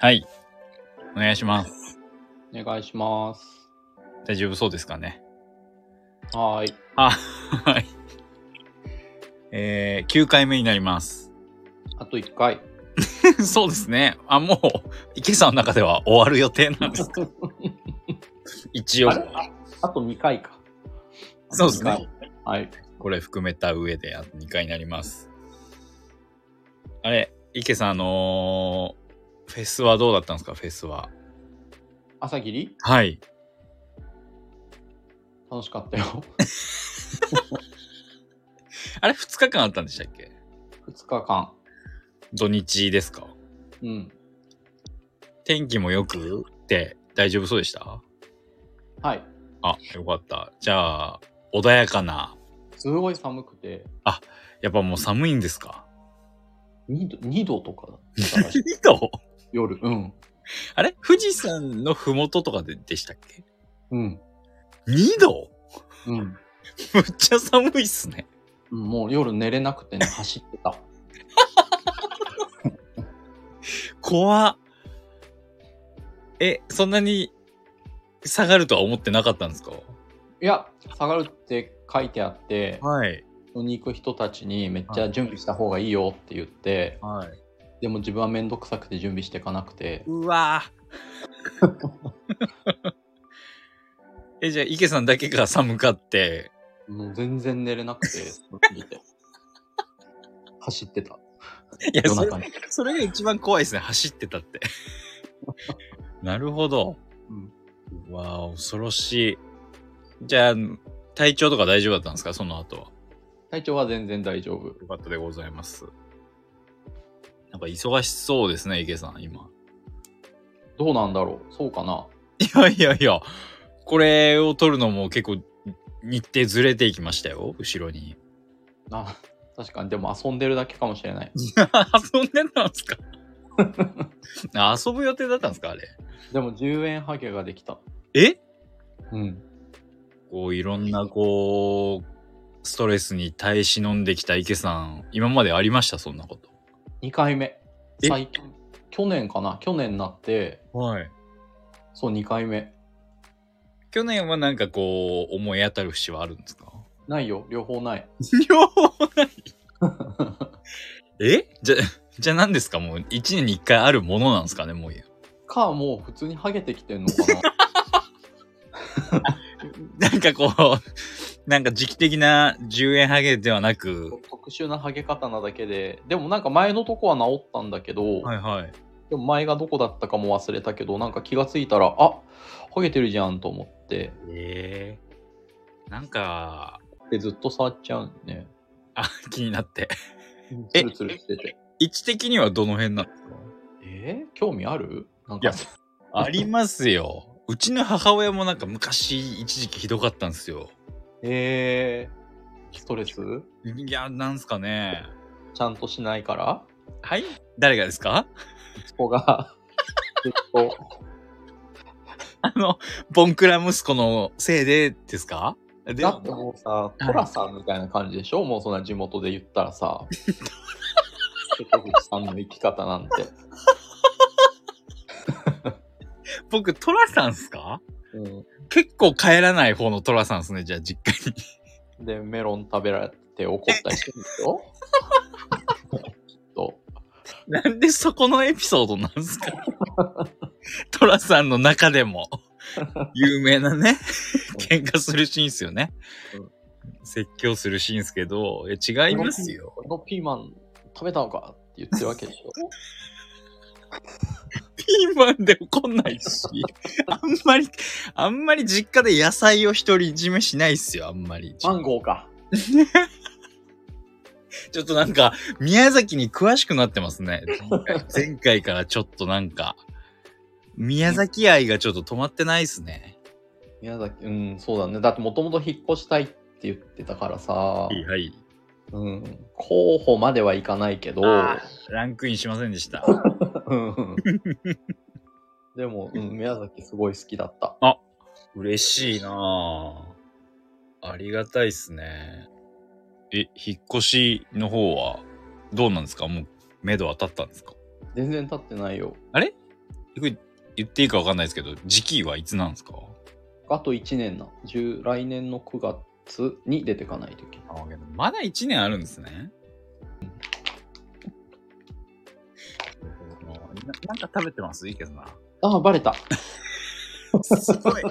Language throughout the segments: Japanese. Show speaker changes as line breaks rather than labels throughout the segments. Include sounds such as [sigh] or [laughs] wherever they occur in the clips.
はい。お願いします。
お願いします。
大丈夫そうですかね。
はーい。
あ、はい。えー、9回目になります。 [laughs]
あと1回。
そうですね。あ、もう、池さんの中では終わる予定なんですか一応
あ。れあ [laughs] あと2回か。
そうです
あと
ね
二。回。はい。
これ含めた上であと2回になります。あれ、池さん、あのーフェスはどうだったんですかフェスは。
朝霧
はい。
楽しかったよ。 [laughs]
あれ、2日間あったんでしたっけ
2日間。
土日ですか
うん。
天気もよくって大丈夫そうでした
はい。
あ、よかった。じゃあ、穏やかな。
すごい寒くて、
やっぱもう寒いんですか
2度 ,2 度とかだった [laughs] らしい
どう
夜。うん。
あれ富士山のふもととかででしたっけ
うん。
?2 度
うん。
むっちゃ寒いっすね。
うんもう夜寝れなくてね、走ってた。
怖っえ、そんなに下がるとは思ってなかったんですか
いや、下がるって書いてあって、
はい。
飲みに行く人たちにめっちゃ準備した方がいいよって言って、
はい。
でも自分はめんどくさくて準備していかなくて、
うわぁ。 [laughs] え、じゃあ、池さんだけが寒かって、
もう全然寝れ
[laughs]
なくて、寒すぎて走ってた。
いや
夜
それ
中に。
それが一番怖いですね。走ってたって。 [laughs] なるほど。
うん
うわあ、恐ろしい。じゃあ、体調とか大丈夫だったんですかその後は。
体調は全然大丈夫。
よかったでございます。なんか忙しそうですね、池さん、今。
どうなんだろうそうかない
やいやいや、これを撮るのも結構日程ずれていきましたよ、後ろに。
あ、確かに。でも遊んでるだけかもしれな
[laughs]
い。
遊んでたんですか [laughs] あ遊ぶ予定だったんですかあれ。
でも10円ハゲができた。
え
うん。
こういろんなこうストレスに耐え忍んできた池さん今までありましたそんなこと
2回目。
え
最近。去年かな去年になって、
はい
そう2回目。
去年はなんかこう思い当たる節はあるんです [laughs] か
ないよ。両方ない。
両方ないえじゃじゃあ何ですかもう一年に一回あるものなんですかねもう
か、もう普通にハゲてきてんのか
[laughs]
な
なんかこうなんか時期的な10円ハゲではなく
特殊なハゲ方なだけで。でもなんか前のとこは治ったんだけど、
はいはい
でも前がどこだったかも忘れたけど、なんか気がついたら、あハゲてるじゃんと思って、
えー、なんか
でずっと触っちゃうんね。
あ気になってえ
つるつるしてて。
位置的にはどの辺なんですか
えー興味あるなん
いや
か、
ありますよ。うちの母親もなんか昔一時期ひどかったんですよ。
えー、ストレスち
いや、なんすかね。
ゃんとしないから、
はい誰がですか
息子 [laughs] が、ずっと、
あの、ボンクラ息子のせいでですかで
だってもうさ、トラさんみたいな感じでしょもうそんな地元で言ったらさ、瀬戸口さんの生き方なんて。
僕、トラさんっすか
う
結構帰らない方のトラさんっすね、じゃあ実家に。 [laughs]
ん、で、メロン食べられて怒ったりしてるんです [laughs] よ。きっと。
なんでそこのエピソードなんす
[laughs]
かトラさんの中でも、有名なね、喧嘩するシーンっすよね
うん。
説教するシーンっすけど、いや違いますよ。
このピーマン食べたのかって言ってるわけでし [laughs] ょ。
ピーマンで怒んないし、あんまり、あんまり実家で野菜を独り占めしないっすよ、あんまり。
マンゴーか。
ちょっとなんか、宮崎に詳しくなってますね。前回からちょっとなんか、宮崎愛がちょっと止まってないっすね。
宮崎、うん、そうだね。だってもともと引っ越したいって言ってたからさ、
はいはい。
うん、候補まではいかないけど、
あランクインしませんでした。
うんうんでも、うん、宮崎すごい好きだった。
嬉しいなぁ。ありがたいっすね。え、引っ越しの方は、どうなんですかもう、目処は立ったんですか
全然経ってないよ。
これ言っていいかわかんないですけど、時期はいつなんですか
あと1年な。10来年の9月に出てかないといけない。
あまだ1年あるんですね。な [laughs] なんか食べてますいいけどな。
ああ、バレた。
すごい、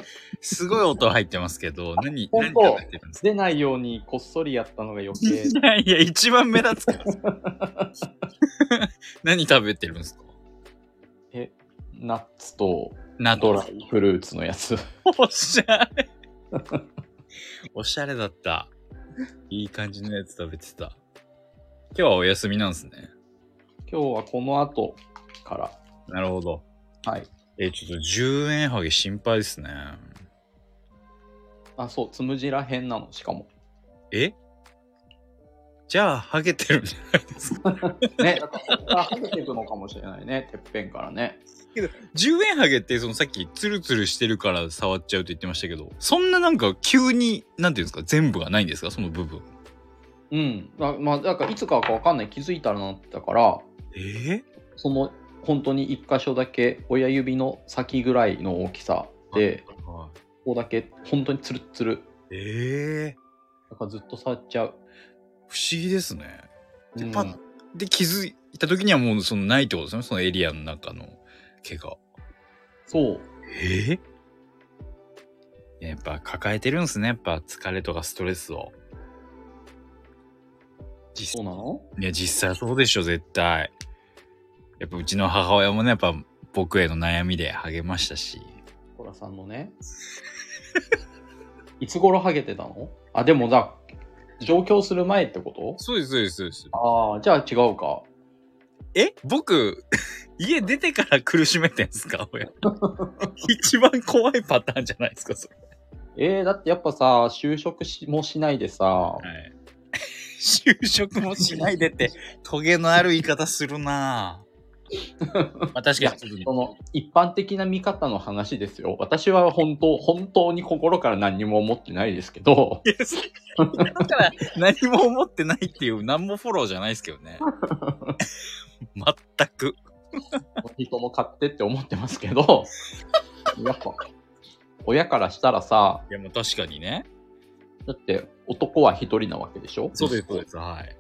すごい音入ってますけ [laughs] ど、何、何
本当
食べてるんですか
出ないようにこっそりやったのが余計。
いやいや、一番目立つから。 [laughs] 何食べてるんですか
え、ナッツと
ナト
ドライフルーツのやつ。
おしゃ [laughs] れ。おしゃれだった。いい感じのやつ食べてた。今日はお休みなんですね。
今日はこの後から。
なるほど。
はい。
え、ちょっと10円ハゲ心配ですね。
あ、そう、つむじらへんなの、しかも。
えじゃあ、ハゲてるん [laughs] じゃないですか。
ね、だからここから剥げていくのかもしれないね、てっぺんからね。
10円ハゲって、そのさっきツルツルしてるから触っちゃうと言ってましたけど、そんななんか急に、なんていうんですか、全部がないんですか、その部分。
うん。だまあ、なんかいつかはかわかんない、気づいたらなったから、
え
その、本当に一箇所だけ、親指の先ぐらいの大きさで、ここだけ、本当につるつる。
え
だからずっと触っちゃう。
不思議ですね。で
うん
パッで気づいた時にはもうそのないってことですねそのエリアの中の毛が
そう。
えやっぱ抱えてるんですねやっぱ疲れとかストレスを実
そうなの
いや実際そうでしょ絶対やっぱうちの母親もねやっぱ僕への悩みで励ましたし
トラさん
[laughs]
のね。いつ頃ハゲてたのあ、でもだ、上京する前ってこと
そうですそうですそうです
ああ、じゃあ違うか。
え僕 [laughs] 家出てから苦しめてんすか [laughs] 親一番怖いパターンじゃないですかそれ
えー、だってやっぱさ、就職しもしないでさ、
はい、就職もしないでって、トゲのある言い方するな [laughs] ぁ。まあ確かに、
その一般的な見方の話ですよ。私は本当、本当に心から何にも思ってないですけど、
いやそれだから何も思ってないっていう、何もフォローじゃないですけど [laughs] ね。全く。
人の勝手って思ってますけど、やっぱ、親からしたらさ、
いや、もう確かにね。
だって男は一人なわけでしょ
す。はい。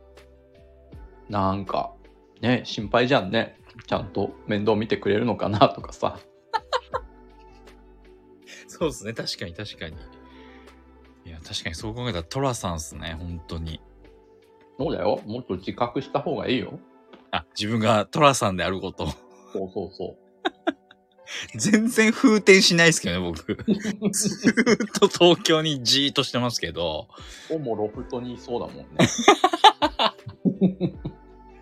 なんか、ね、心配じゃんね。ちゃんと面倒見てくれるのかなとかさ。
そうですね。確かに、確かに。いや、確かにそう考えたらトラさんっすね、本当に。
そうだよ。もっと自覚した方がいいよ。
あ、自分がトラさんであること。 [laughs]
そうそうそ
全然風転しないですけどね、僕。ずーっと東京にじーっとしてますけど。
う。おもロフトにいそうだもんね。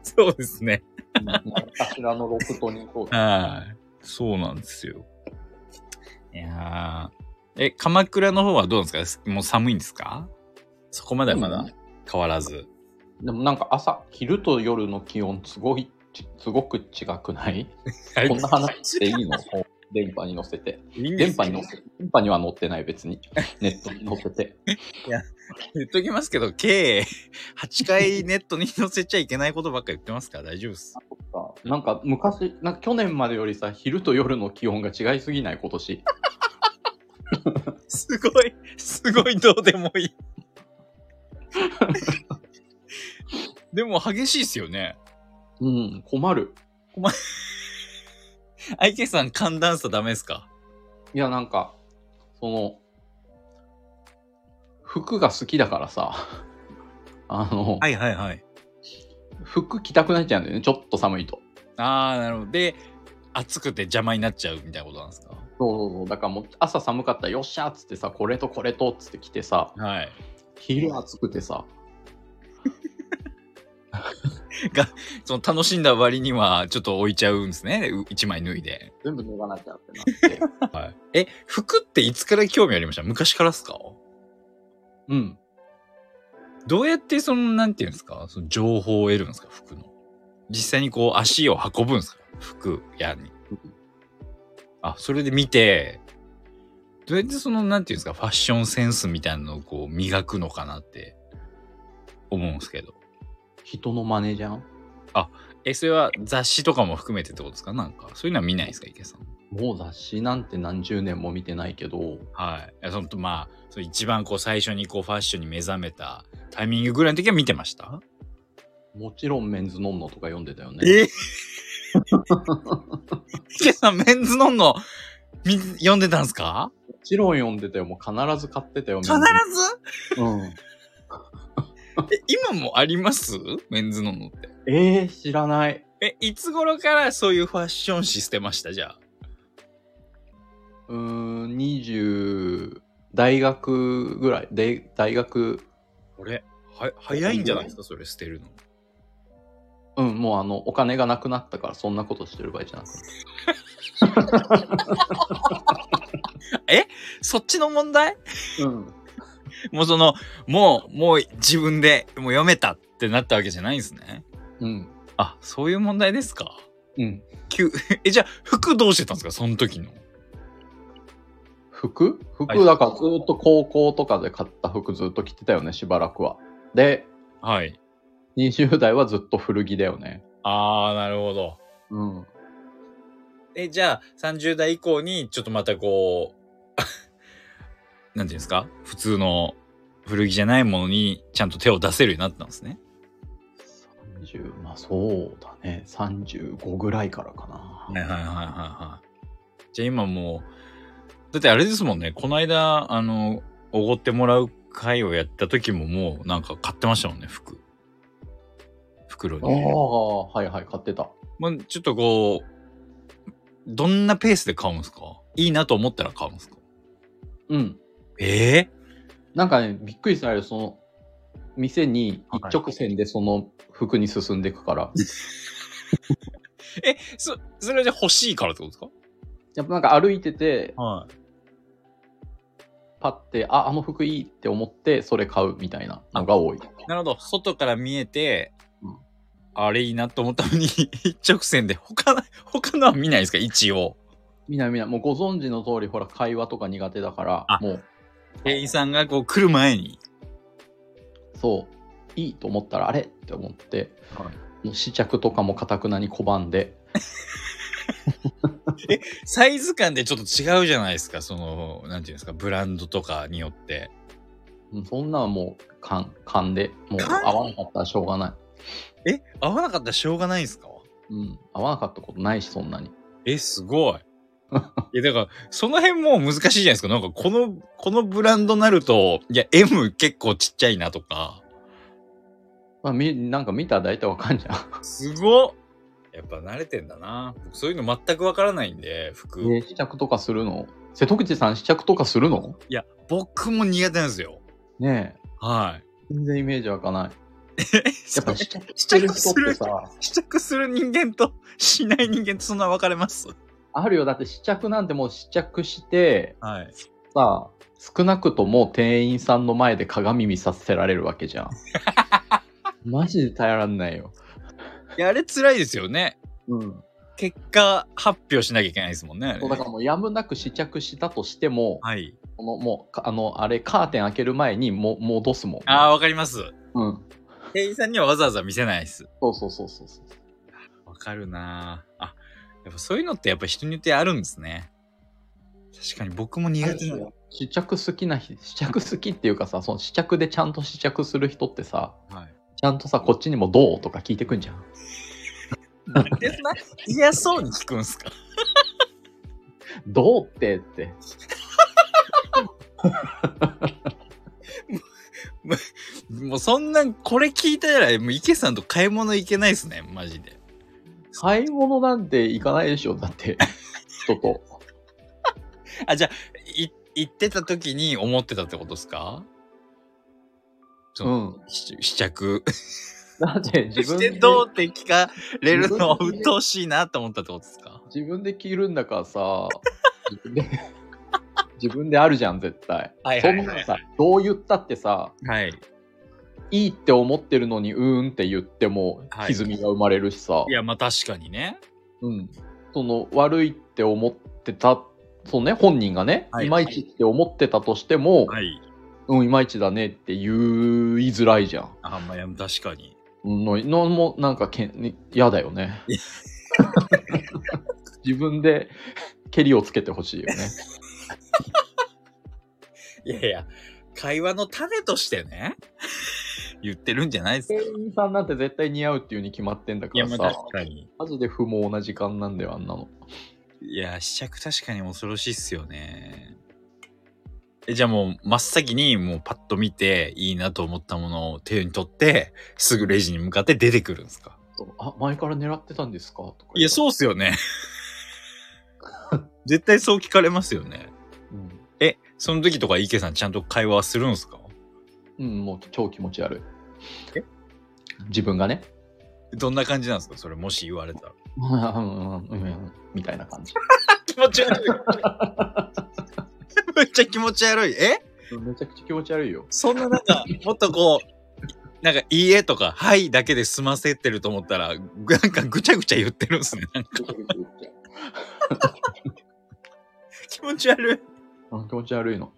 そうですね。
何かしらのロフトにいそうだ。
はい。そうなんですよ。いやーえ、鎌倉の方はどうなんですかもう寒いんですかそこまではまだ変わらず。
でもなんか朝、昼と夜の気温すごい、ちすごく違くない
はい
こんな話していいのこう電波に乗せて。
いいんです
電
よ
波に乗せて。電波には乗ってない別に。ネットに乗せて。
言っときますけど、計8回ネットに載せちゃいけないことばっか言ってますから大丈夫です。
なんか昔、なんか去年までよりさ、昼と夜の気温が違いすぎない今年。
すごい、すごいどうでも [laughs] いい。でも激しいですよね。
うん、困る。
IK さん寒暖差ダメですか
いや、なんか、その、服が好きだからさ、あの、
いはいはい。
服着たくなっちゃうんだよね、ちょっと寒いと。
ああ、なるほど。で、暑くて邪魔になっちゃうみたいなことなんですか
そうそうそう、だからもう朝寒かったら、よっしゃーっつってさ、これとこれとっつって着てさ、
はい。
昼暑くてさ、
その楽しんだ割には、ちょっと置いちゃうんですね。う一枚脱いで。
全部脱がなきゃって [laughs] なって。
はい。え、服っていつから興味ありました昔からですか
うん。
どうやってその、なんていうんですかその情報を得るんですか服の。実際にこう足を運ぶんですか服屋に。あ、それで見て、どうやってその、なんていうんですかファッションセンスみたいなのをこう磨くのかなって思うんですけど。
人の真似じゃん
え、それは雑誌とかも含めてってことですかなんか、そういうのは見ないですか、池さん。
もう雑誌なんて何十年も見てないけど、
はい。いやそのまあ、その一番こう最初にこうファッションに目覚めたタイミングぐらいの時は見てました
もちろんメンズノンノとか読んでたよね。
え [laughs] 池さん、メンズノンのみ読んでたんですか
もちろん読んでたよ。もう必ず買ってたよ。メンズ
必ず
うん。
え、今もありますメンズノンのって。
えー、知らない。
え、いつ頃からそういうファッション誌捨てましたじゃあ。
うーん、20、大学ぐらい。で大学、
俺、は、早いんじゃないですかそれ捨てるの。
うん、もうあの、お金がなくなったから、そんなことしてる場合じゃなくて。
そっちの問題
うん。
もうその、もう、もう自分でもう読めたってなったわけじゃないんですね。
うん。
あ、そういう問題ですか。
うん。
急え、じゃあ、服どうしてたんですかその時の。
服
はい
服、だからずっと高校とかで買った服ずっと着てたよね、しばらくは。で、
はい。
20代はずっと古着だよね。
あー、なるほど。
うん。
え、じゃあ、30代以降に、ちょっとまたこう、 [laughs] なんていうんですか普通の古着じゃないものに、ちゃんと手を出せるようになったんですね。
30、まあそうだね。35ぐらいからか
はい
な。
はいはいはいはい。じゃあ今もう、だってあれですもんね、この間、あの、おごってもらう会をやった時ももうなんか買ってましたもんね、服。袋
あ
に。
あ、はいはい、買ってた。
まあ、ちょっとこう、どんなペースで買うんですかいいなと思ったら買うんですか
うん。
ええ
なんかね、びっくりされる、その、店に
はい
一直線でその服に進んでいくから、
え、そ、それはじゃあ欲しいからってことですか
やっぱなんか歩いてて、
はい。
パッて、あ、あの服いいって思って、それ買うみたいなのが多い。
なるほど。外から見えて、
うん
あれいいなと思ったのに、 [laughs] 一直線で、他の、他のは見ないですか一応。
みんなみんな、もうご存知の通り、ほら、会話とか苦手だから
あ、
もう、
店員さんがこう来る前に。
そう、いいと思ったら、あれって思って、
は
もう試着とかもかたくなに拒んで、
サイズ感でちょっと違うじゃないですか。その、なんていうんですか、ブランドとかによって。
うんそんなんもう、勘勘で、もう、
勘
合わなかったらしょうがない。
え、合わなかったらしょうがないんですか
うん、合わなかったことないし、そんなに。
え、す [laughs] ごい。いや、だから、その辺もう難しいじゃないですか。なんか、この、このブランドなると、いや、M 結構ちっちゃいなとか。
まあ、みなんか見たら大体わかんじゃ
[laughs]
ん。
すごっやっぱ慣れてんだな。僕そういうの全くわからないんで、服。
ね試着とかするの瀬戸口さん試着とかするの
いや、僕も苦手なんですよ。
ねえ
はい。
全然イメージ湧かない。
[laughs]
やっぱ試着し
着
てる人ってさ、
試着する人間としない人間とそんな分かれます
あるよ。だって試着なんてもう試着して、
[laughs] はい。
さ、少なくとも店員さんの前で鏡見させられるわけじゃ
[laughs]
ん。マジで耐えらんないよ。
いや、あれ辛いですよね。
うん。
結果発表しなきゃいけないですもんね。あれ
そうだからもうやむなく試着したとしても、
はい。
このもう、かあの、あれ、カーテン開ける前にも戻すもん。
ああ、わかります。
うん。
店員さんにはわざわざ見せないです。
そうそうそうそうそう。
わかるなぁあ、やっぱそういうのってやっぱ人によってあるんですね。確かに僕も苦手なの。
試着好きな人試着好きっていうかさその試着でちゃんと試着する人ってさ
はい。
ちゃんとさこっちにも「どう?」とか聞いてくんじゃん
でそんな [laughs] 嫌そうに聞くんすか
「どうって?」って
もうそんなん、これ聞いたら、もう池さんと買い物行けないですね、マジで。
買い物なんて行かないでしょだって
[laughs]
人と
あ、じゃあ、い行ってた時に思ってたってことですか
うん
試試着。
だって自
し
分
て
で
どうって聞かれるの鬱陶しいなと思ったってことですか
自分で着るんだからさ自分で [laughs] 自分であるじゃん絶対
はい
そ
はい
ん
は
ないのさどう言ったってさ
はい。
いいって思ってるのにうーんって言っても
はい
歪みが生まれるしさ、
いや、まあ確かにね。
うん、その悪いって思ってたそうね本人がね、
はい
い、まいちって思ってたとしても、
はい。
うんいまいちだねって言いづらいじゃん、
あ、まあいや確かに。
ののもなんかけん嫌だよね。 [laughs] 自分で [laughs] 蹴りをつけてほしいよね。
いやいや、会話の種としてね、 [laughs] 言ってるんじゃないですか。
店員さんなんて絶対似合うっていうに決まってんだか
いや、
ら
ま
さ
あ、確かに。
マジで不毛な時間なんだよ、あんなの。
いや、試着確かに恐ろしいっすよね。え、じゃあもう真っ先にもうパッと見ていいなと思ったものを手に取って、すぐレジに向かって出てくるんですか
そうあ、前から狙ってたんですかとか。
いや、そうっすよ [laughs] ね。絶対そう聞かれますよね。
うん。
え、その時とか池さんちゃんと会話するんですか
うん、もう超気持ち悪い。
え
自分がね、
どんな感じなんですかそれもし言われたら。
[laughs] うんうんうんうんみたいな感じ。
気持ち悪い。めっちゃ気持ち悪い。え
めちゃくちゃ気持ち悪
[laughs]
いよ。
そんななんか、もっとこう、なんか、いいえとか、はいだけで済ませてると思ったら、ぐなんかぐちゃぐちゃ言ってるんですね。なんか気持ち悪い。
うん気持ち悪いの。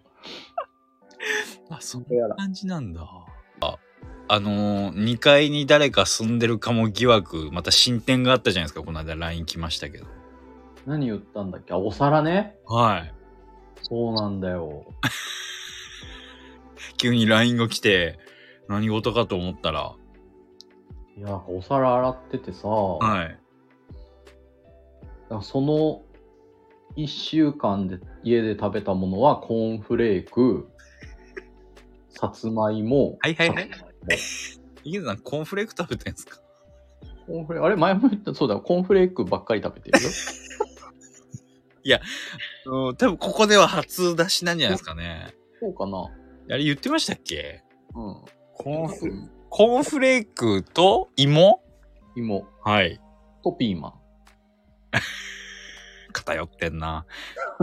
あ、そん
やら
な感じなんだ。あ、あのー、2階に誰か住んでるかも疑惑、また進展があったじゃないですか。この間 LINE 来ましたけど。
何言ったんだっけあお皿ね。
はい。
そうなんだよ。
急に LINE が来て、何事かと思ったら、
いや、なんかお皿洗っててさ、
はい。
なんかその1週間で家で食べたものはコーンフレーク、
[laughs]
さつまいも、
はいはいはい
さつまい
池田さん、コーンフレーク食べてんですか
もコーンフレーク、あれ前も言った、そうだ、コーンフレークばっかり食べてるよ。
うん、多分ここでは初出しなんじゃないですかね。
そうかな。
あれ言ってましたっけ
うん。
コーンフコーンフレークと芋
芋
はい。
とピーマン。
偏ってんな。 [laughs]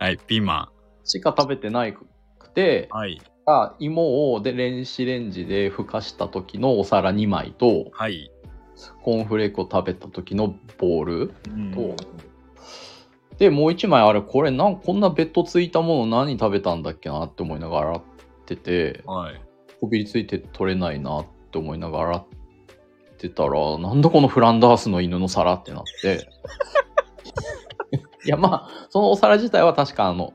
はい、ピーマ
しか食べてないくて
ン。、はい。
あ芋をで電子レンジでふかした時のお皿2枚と、
はい。
コーンフレークを食べた時のボール
うん
と、で、もう1枚あれ、これなん、こんなベッドついたもの何食べたんだっけなって思いながら洗ってて、
はい。
こびりついて取れないなって思いながら洗ってたら、なんだこのフランダースの犬の皿ってなって。 [laughs] いや、まあ、そのお皿自体は確かあの、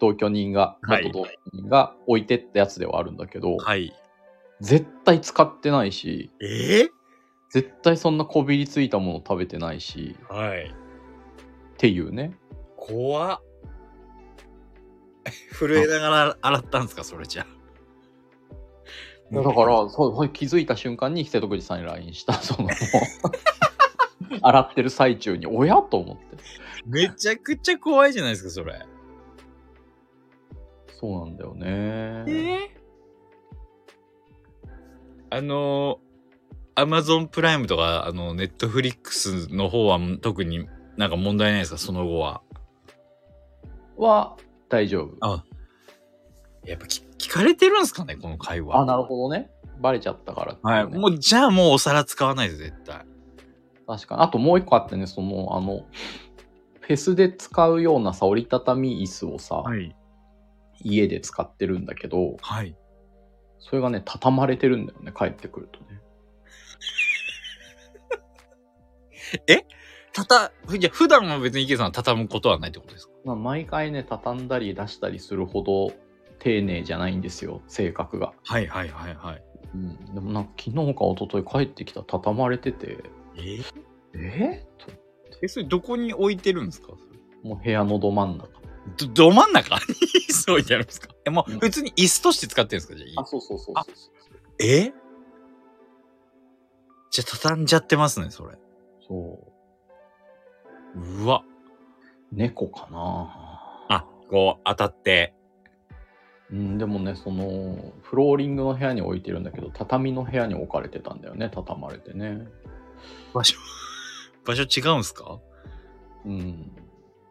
同居人が、
はい
元同居人が置いてったやつではあるんだけど、
はい。
絶対使ってないし、
ええ
絶対そんなこびりついたもの食べてないし、
はい。
っていうね。
怖っ。 [laughs] 震えながら洗ったんですかそれじゃ
いやだから、そう気づいた瞬間に瀬戸口さんに LINE した、 [laughs] その、洗ってる最中に、おやと思って。
めちゃくちゃ怖いじゃないですか、それ。
そうなんだよね。
えあのアマゾンプライムとかあのネットフリックスの方は特になんか問題ないですかその後は
は、大丈夫。
あやっぱき聞かれてるんですかねこの会話
あ、なるほどね。バレちゃったからって
はいいう
ね
もうじゃあもうお皿使わないです絶対
確かに。あともう一個あってね、その、あの、フェスで使うようなさ、折りたたみ椅子をさ、
い
家で使ってるんだけど、
はい
それがね、畳まれてるんだよね、帰ってくるとね。
たたじゃあ普段は別に池さんは畳むことはないってことですか
まあ、毎回ね、畳んだり出したりするほど丁寧じゃないんですよ、性格が。
はいはいはいはい
うん、でもなんか昨日か一昨日帰ってきたら畳まれてて
え
え
えそれどこに置いてるんですか
ともう部屋のど真ん中
どど真ん中 [laughs] にそうやるんですかえもう
うん
普通に椅子として使ってるんですかじゃあ
そうそうそう
そうえじゃあ畳んじゃってますねそれ
そう
うわ
猫かな
あこう当たって
うんでもねそのフローリングの部屋に置いてるんだけど畳の部屋に置かれてたんだよね畳まれてね
場所 [laughs] 場所違うんすか
うん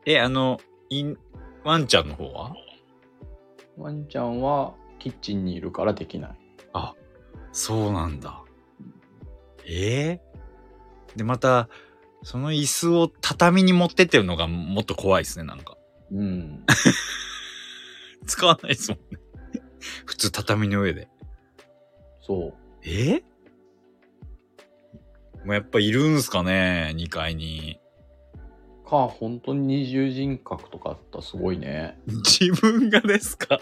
えあのインワンちゃんの方は
ワンちゃんはキッチンにいるからできない
そうなんだえー、でまたその椅子を畳に持ってってるのがもっと怖いですねなんか
[laughs] うん
使わないですもん [laughs] ね普通畳の上で
そう
えもうやっぱいるんすかね、2階に。
か、本当に二重人格とかあったらすごい [laughs] ね。
自分がですか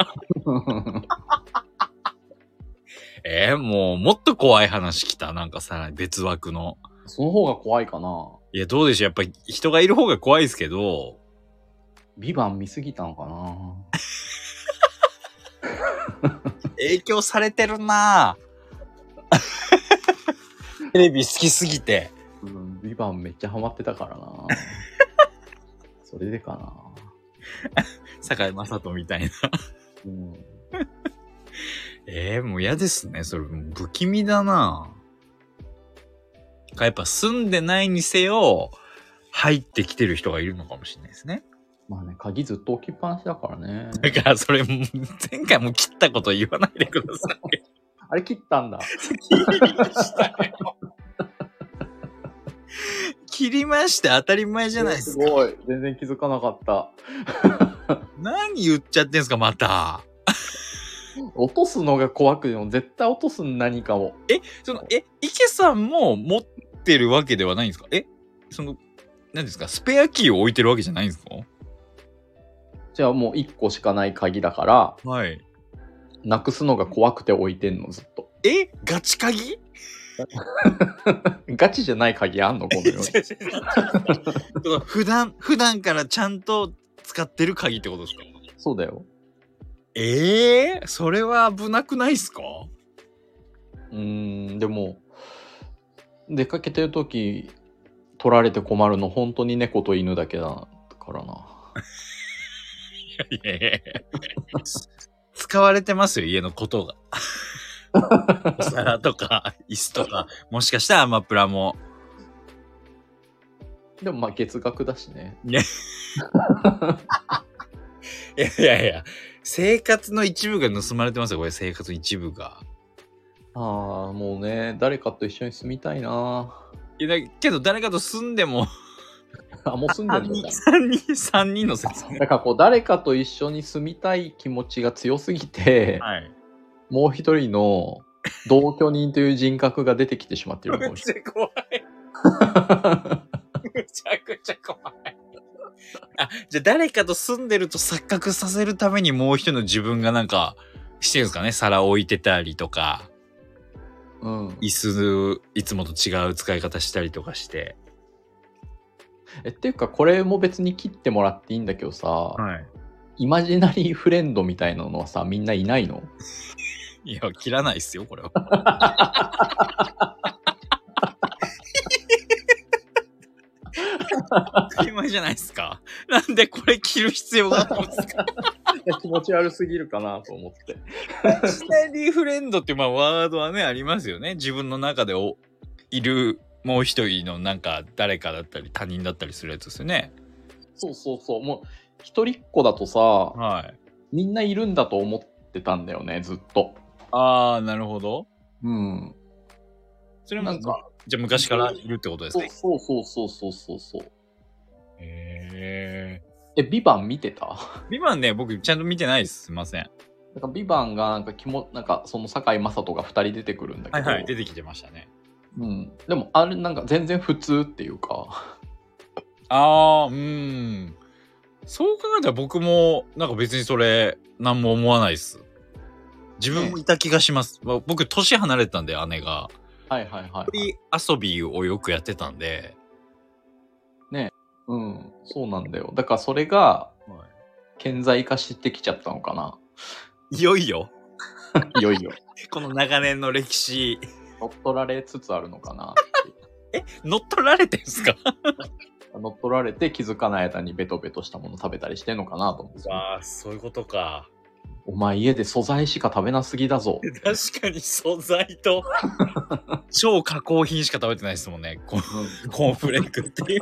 えーもうもっと怖い話来た。なんかさらに別枠の。
その方が怖いかな。
いや、どうでしょうやっぱり人がいる方が怖いですけど、
ビバン見すぎたのかな。
影響されてるなぁ [laughs] テレビ好きすぎて。
うん、ビバンめっちゃハマってたから
[laughs]
な。それでかな。
堺雅人みたいな。
うん、
えー、もう嫌ですね。それ、もう不気味だなぁやっぱ住んでないにせよ、入ってきてる人がいるのかもしれないですね。
まあね、鍵ずっと置きっぱなしだからね。
だから、それ、もう前回も切ったこと言わないでください。
あれ切ったんだ。
切りまして当たり前じゃないですか。
すごい。全然気づかなかった。
何言っちゃってんすか、また。
落とすのが怖くても絶対落とす何かを。
その、え、池さんも持ってるわけではないんですかえ、その、何ですか、スペアキーを置いてるわけじゃないんですか
じゃあもう1個しかない鍵だから、
はい。
なくすのが怖くて置いてんの、ずっと。 [laughs]
え、ガチ [laughs] 鍵
ガチじゃない鍵あんのこの世に。
その普段、普段からちゃんと使ってる鍵ってことですか
そうだよ。
ええそれは危なくないですか
うーん、でも、出かけてるとき、取られて困るの、本当に猫と犬だけだからな。
いやいやいや使われてますよ、家のこと [laughs] が。お皿とか、椅子とか、もしかしたらアマプラも。
でもまあ月額だしね。
いやいやいや、生活の一部が盗まれてますよ、これ、生活の一部が。
ああ、もうね、誰かと一緒に住みたいな。 [laughs]
いや、だけど誰かと住んでも、
あ、もう住ん
3
でるん
人、
だ。
3人、3人の説明。
だからこう、誰かと一緒に住みたい気持ちが強すぎて、
はい。
もう一人の同居人という人格が出てきてしまっているのかもしれ
ゃ怖い。
[laughs] ない。
めちゃくちゃ怖い。あ、じゃあ誰かと住んでると錯覚させるためにもう一人の自分がなんかしてるんですかね皿置いてたりとか、
[laughs] うん、
椅子、いつもと違う使い方したりとかして。
えっていうかこれも別に切ってもらっていいんだけどさ、
はい。
イマジナリーフレンドみたいなのはさみんないないの
いや、切らないっすよ、これは。当たり前じゃないですか。なんでこれ切る必要があるんですか
気持ち悪すぎるかなと思って
イマジナリーフレンドっていうまあワードはねありますよね自分の中でおいるもう一人のなんか誰かだったり他人だったりするやつですよね
そうそうそうもう一人っ子だとさ
はい
みんないるんだと思ってたんだよねずっと
ああなるほど
うん
それも
なんか
じゃあ昔からいるってことです
そう
ね
そうそうそうそうそうそう
へえ
えビバン見てた
ビバンね僕ちゃんと見てないですすいません
なんかビバンがなんか気もなんかその堺雅人が2人出てくるんだけど、
出てきてましたね
うん、でもあれなんか全然普通っていうか
ああうんそう考えたら僕もなんか別にそれ何も思わないです自分もいた気がします、まあ僕年離れてたんで姉が
はいはいはい、はい、
鳥遊びをよくやってたんで、
うん、そうなんだよ。だからそれが顕在化してきちゃったのかな。
い、よいよ
いよ
[laughs]
いよ。
この長年の歴史
乗っ取られつつあるのかな。
乗っ取られてんすか
乗っ取られて気づかない間にベトベトしたもの食べたりしてんのかなと思って。
わあそういうことか
お前家で素材しか食べなすぎ
[laughs]
だぞ。
確かに素材と [laughs] 超加工品しか食べてないですもんねコーンコーンフレークって [laughs] いう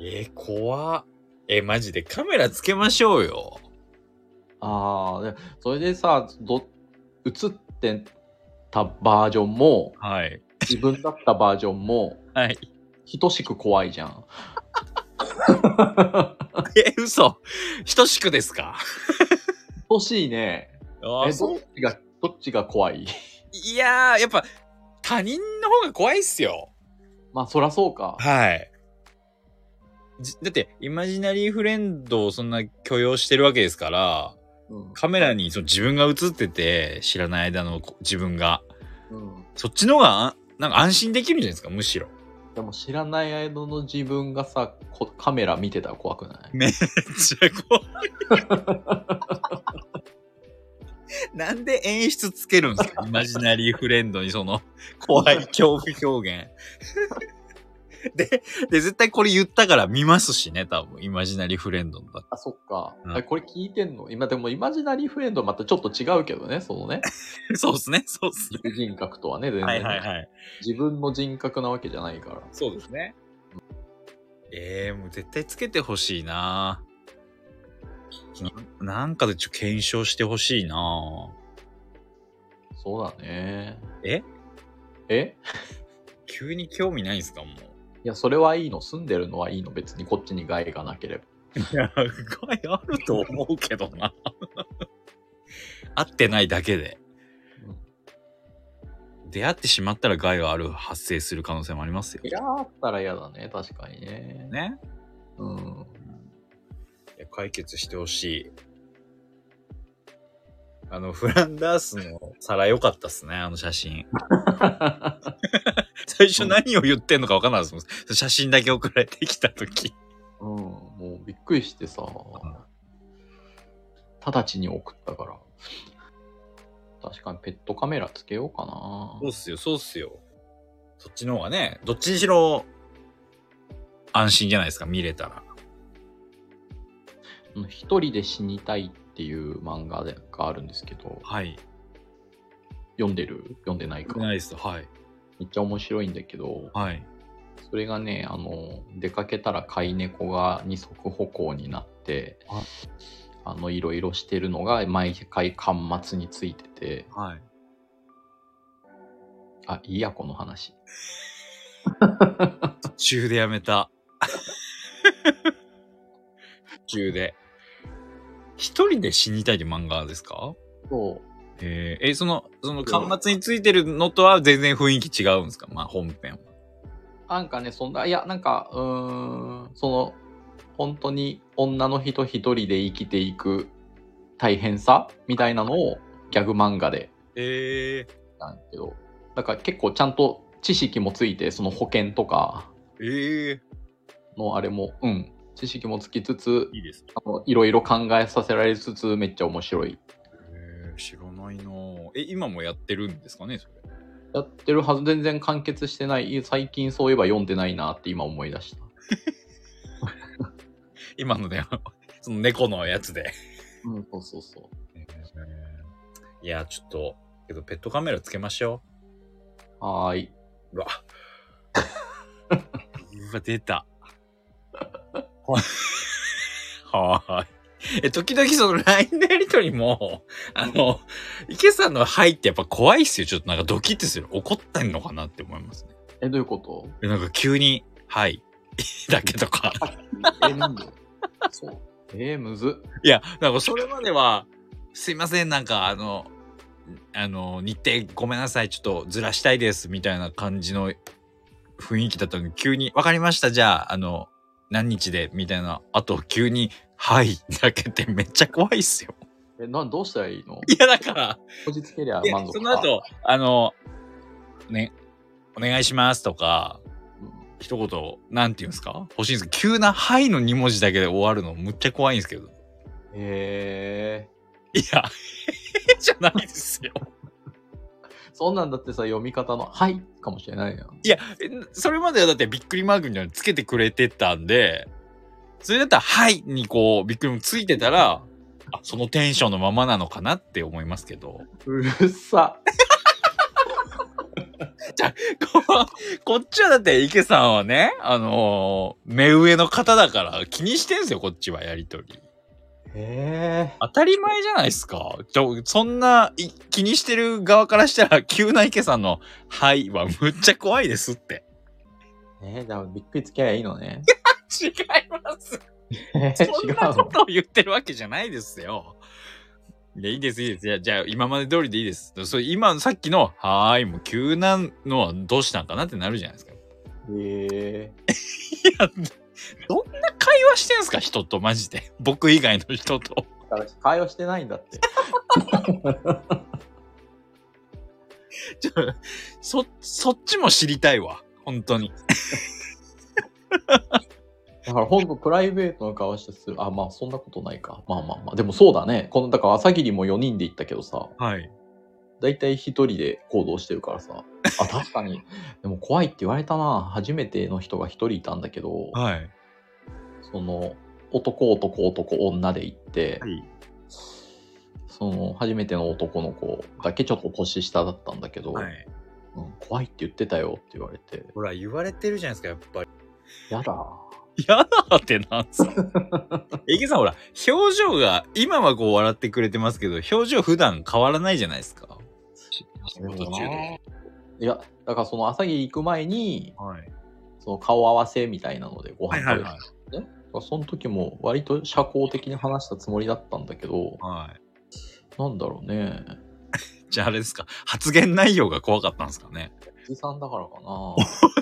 えー、怖っえー、マジでカメラつけましょうよ
ああ、でそれでさ、ど映ってたバージョ
[laughs]
ンも、
はい
自分だったバージョンも、
はい
等しく怖いじゃん。
えー、嘘等しくですか
等しいね。
あ
え
ーそ
どっちが、どっちが怖い [laughs]
いやー、やっぱ、他人の方が怖いっすよ。
まあ、そらそうか。
はい。じだって、イマジナリーフレンドをそんな許容してるわけですから、
うん。
カメラにその自分が映ってて、知らない間のこ自分が、
うん。
そっちの方があ、なんか安心できるんじゃないですか、むしろ。
でも知らない間の自分がさ、こカメラ見てたら怖くない
めっちゃ怖い。 [laughs] なんで演出つけるんですかイマジナリーフレンドにその怖い恐怖表 [laughs] 現。で、で、絶対これ言ったから見ますしね、多分。イマジナリーフレンドのだって。
あ、そっか。
うん
あこれ聞いてんの今、でもイマジナリーフレンドはまたちょっと違うけどね、そのね。
そうですね、そうですね。
人格とはね、全然、
はいはいはい。
自分の人格なわけじゃないから。
そうですね。えー、もう絶対つけてほしいなななんかでちょっと検証してほしいな
そうだね。
え
え
急に興味ないんすかもう。
いや、それはいいの。住んでるのはいいの。別にこっちに害がなければ。
いや、害あると思うけどな。会ってないだけで。出会ってしまったら害がある、発生する可能性もありますよ。
いやあったら嫌だね。確かにね。
ね。
うん。
いや解決してほしい。あの、フランダースの皿良かったっすね、あの写真。最初何を言ってんのか分かんないですもん。写真だけ送られてきた時
うん。もうびっくりしてさ。直ちに送ったから。確かにペットカメラつけようかな
そう。っすよ、そうっすよ。そっちの方がね、どっちにしろ、安心じゃないですか、見れたら。
うん一人で死にたいっていう漫画があるんですけど、
はい。
読んでる読んでないか。
ないです。はい。
めっちゃ面白いんだけど、
はい。
それがね、あの、出かけたら飼い猫が二足歩行になって
はい、
あの、いろいろしてるのが毎回端末についてて、
はい。
あ、いいや、この話。
途中でやめた。途中で。一人で死にたいって漫画ですか
そう。
えー、え、その、その、端末についてるのとは全然雰囲気違うんですかまあ、本編は。
なんかね、そんな、いや、なんか、うーん、その、本当に女の人一人で生きていく大変さみたいなのをギャグ漫画で
え
なんだけど、だから結構ちゃんと知識もついて、その保険とか
ー、えー、
のあれも、うん、知識もつきつつ、
いいですね。
あのいろいろ考えさせられつつ、めっちゃ面白い。
えー、知らないなぁえ、今もやってるんですかねそれ。
やってるはず、全然完結してない、最近そういえば読んでないなって今思い出した。
今ので、 [laughs] その猫のやつで。
うん、そうそうそう。
いや、ちょっと、けど、ペットカメラつけましょう。
はーい。
うわ。うわ、出た。はーい。え、時々その LINE のやりとりも、あの、池さんの「はい」ってやっぱ怖いっすよ。ちょっとなんかドキッてする。怒ってんのかなって思いますね。
え、どういうこと
えなんか急に、はい。だけとか。
え、なんで [laughs] そう。えー、むずっ。
いや、なんかそれまでは、すいません、なんかあの、あの、日程ごめんなさい、ちょっとずらしたいです、みたいな感じの雰囲気だったのに、急に、わかりました、じゃあ、あの、何日で、みたいな、あと急に、はい、だけってめっちゃ怖いっすよ。
え、なん、どうしたらいいの
[laughs] いや、だから、
こじつけりゃ
で
満足か。
その後、あの、ね、お願いしますとか、
うん、
一言、なんて言うんですか欲しいんですけど、急な、はいの2文字だけで終わるの、むっちゃ怖いんですけど。
え
いや、 [laughs] じゃないですよ。
ー、そんなんだってさ、読み方の、はいかもしれないやん。
いや、えそれまではだってびっくりマークみたいなのつけてくれてたんで、それだったら、はいにこう、びっくりもついてたら、あそのテンションのままなのかなって思いますけど、
うるさ。
こ [laughs] こっちはだって池さんはね、あのー目上の方だから気にしてんすよ、こっちはやりとり。
え
当たり前じゃないですか。ちょそんない気にしてる側からしたら、急な池さんの、はいはむっちゃ怖いですって。
ー、えー、じゃあびっくりつけりゃいいのね。
違います。
えー、
そん
違う
なこ
の
とを言ってるわけじゃないですよ。いや、いいです、いいです。じゃあ、じゃあ今まで通りでいいです。それ今、さっきの、はーい、もう急なのはどうしたんかなってなるじゃないですか。い
[laughs] え
や、どんな会話してんすか、人と、マジで。 [laughs] 僕以外の人と。 [laughs]
会話してないんだ [laughs] って。
ちょそ、そっちも知りたいわ。本当に。
だから本当プライベートの会話してする。あ、まあそんなことないか。まあまあまあ。でもそうだね。この、だから朝霧も4人で行ったけどさ、
はい。
だいたい1人で行動してるからさ。あ、確かに。 [laughs] でも怖いって言われたな。初めての人が1人いたんだけど、
はい。
その、男男男女で行って、
い。
その初めての男の子だけちょっと年下だったんだけど、
はい。
うん怖いって言ってたよって言われて、
ほら、言われてるじゃないですか、やっぱり。
やだ。
やだってなんすか。 [laughs] えげさん、ほら、表情が、今はこう笑ってくれてますけど、表情普段変わらないじゃないですか。仕事中で。
いや、だからその朝霧行く前に、
はい。
その顔合わせみたいなのでご飯
はい
食べて、
はいはい。
その時も割と社交的に話したつもりだったんだけど、
はい。
なんだろうね。
じゃああれですか、発言内容が怖かったんですかね。
おじさんだからかな。
お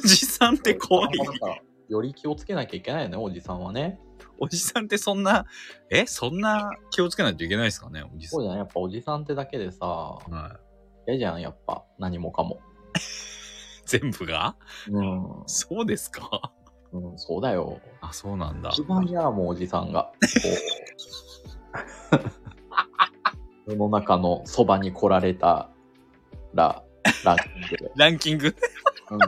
じさんって怖 [laughs] い。
おじさんだからより気をつけなきゃいけないよね、おじさんはね。
おじさんってそんな、え、そんな気をつけないといけないですかね、おじさ。
そうんじゃん、やっぱおじさんってだけでさ、
はい。
嫌じゃん、やっぱ、何もかも。
全部が
うん、
そうですか
うん、そうだよ。
あ、そうなんだ。
一番嫌なもんおじさ
[laughs]
んが。こう世の中のそばに来られたら、ランキングで。
ランキング
うん、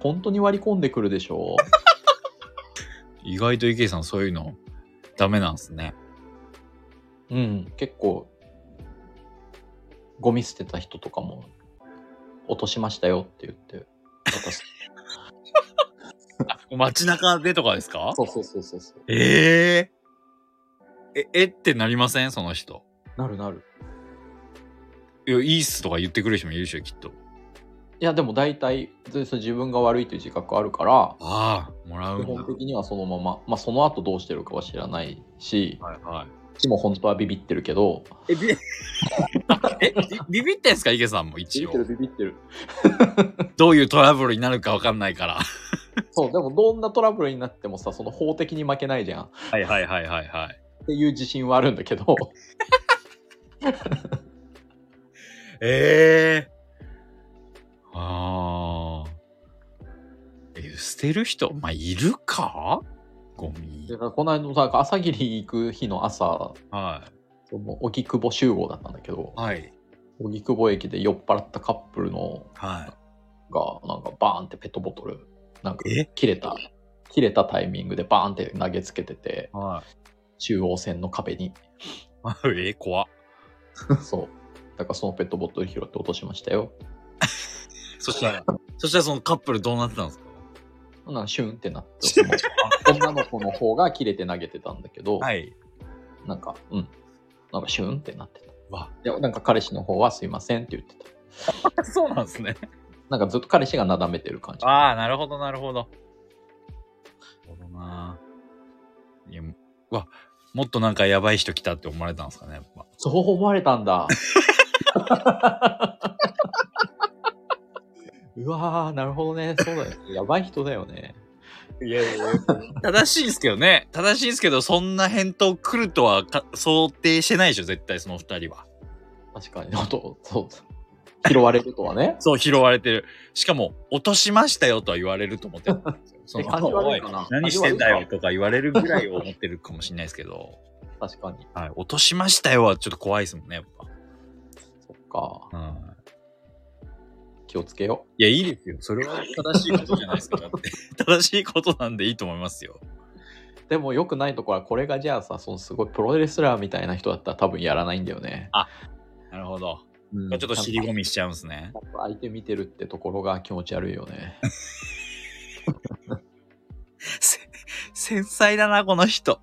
本当に割り込んでくるでしょ
意外と池井さんそういうのダメなんですね。
う。うん、結構、ゴミ捨てた人とかも、落としましたよって言って、私、
街中でとかですか
そうそうそうそうそう。
えええ、えってなりませんその人。
なるなる。
いや、いいっすとか言ってくる人もいるでしょ、きっと。
いや、でも大体、ずそう自分が悪いという自覚あるから、
ああ、もらう
基
んだ。
本的にはそのまま、まあ、その後どうしてるかは知らないし、
はいは
ちも本当はビビってるけど、
[laughs] い。え、び、え、ビビってんすか池さんも一応。
ビビってる。
どういうトラブルになるかわかんないから。
そう、でもどんなトラブルになってもさ、その法的に負けないじゃんっ
はいはいはいはいはい。
ていう自信はあるんだけど、
ええああ。え、捨てる人、まあ、いるかゴミ
だ。からこの間さ、朝霧行く日の朝、
は
その荻窪集合だったんだけど
い。、はい。
荻窪駅で酔っ払ったカップルの
は
が、なんかバーンってペットボトル、なんか
え
切れた、切れたタイミングでバーンって投げつけてて、
い。は
中央線の
[laughs]
壁に。
い。 [laughs] え、怖っ
そう。だからそのペットボトル拾って落としましたよ。
そしたら、そしたらそのカップルどうなってたんですか
なんかシュンってなって、その女の子の方が切れて投げてたんだけど、
い。
なんか、うん。なんかシュンってなってた。
わ、
で、なんか彼氏の方はすいませんって言って
[laughs]
た。
そうなんですね。
なんかずっと彼氏がなだめてる感じ。
ああ、なるほど、なるほど。なるほどな。いや、うわ、もっとなんかやばい人来たって思われたんですかね、やっぱ。
そう思われたんだ。うわー、なるほどね。そうだよね。やばい人だよね。
いやいや、正しいんですけどね。正しいんですけど、そんな返答来るとはか想定してないでしょ、絶対その二人は。
確かに。あと、そう。拾われるとはね。
そう、拾われてる。しかも、落としましたよとは言われると思ってるんですよその
え感じ悪いかな
おい何してんだ
感
よ
じ
とか言われるぐらいを思ってるかもしれないですけど、
確かに。
はい、落としましたよはちょっと怖いですもんね、やっ
そっか。
ぱ。うん、
気をつけよ
いや、いいですよ。それは正しいことじゃないですか、だって。 [laughs] 正しいことなんでいいと思いますよ。
う。でも良くないところは、これがじゃあさ、そのすごいプロレスラーみたいな人だったら多分やらないんだよね。
なるほど。
うん
ちょっと尻込みしちゃうんですね。
なんか相手見てるってところが気持ち悪いよね。
せ繊細だな、この人。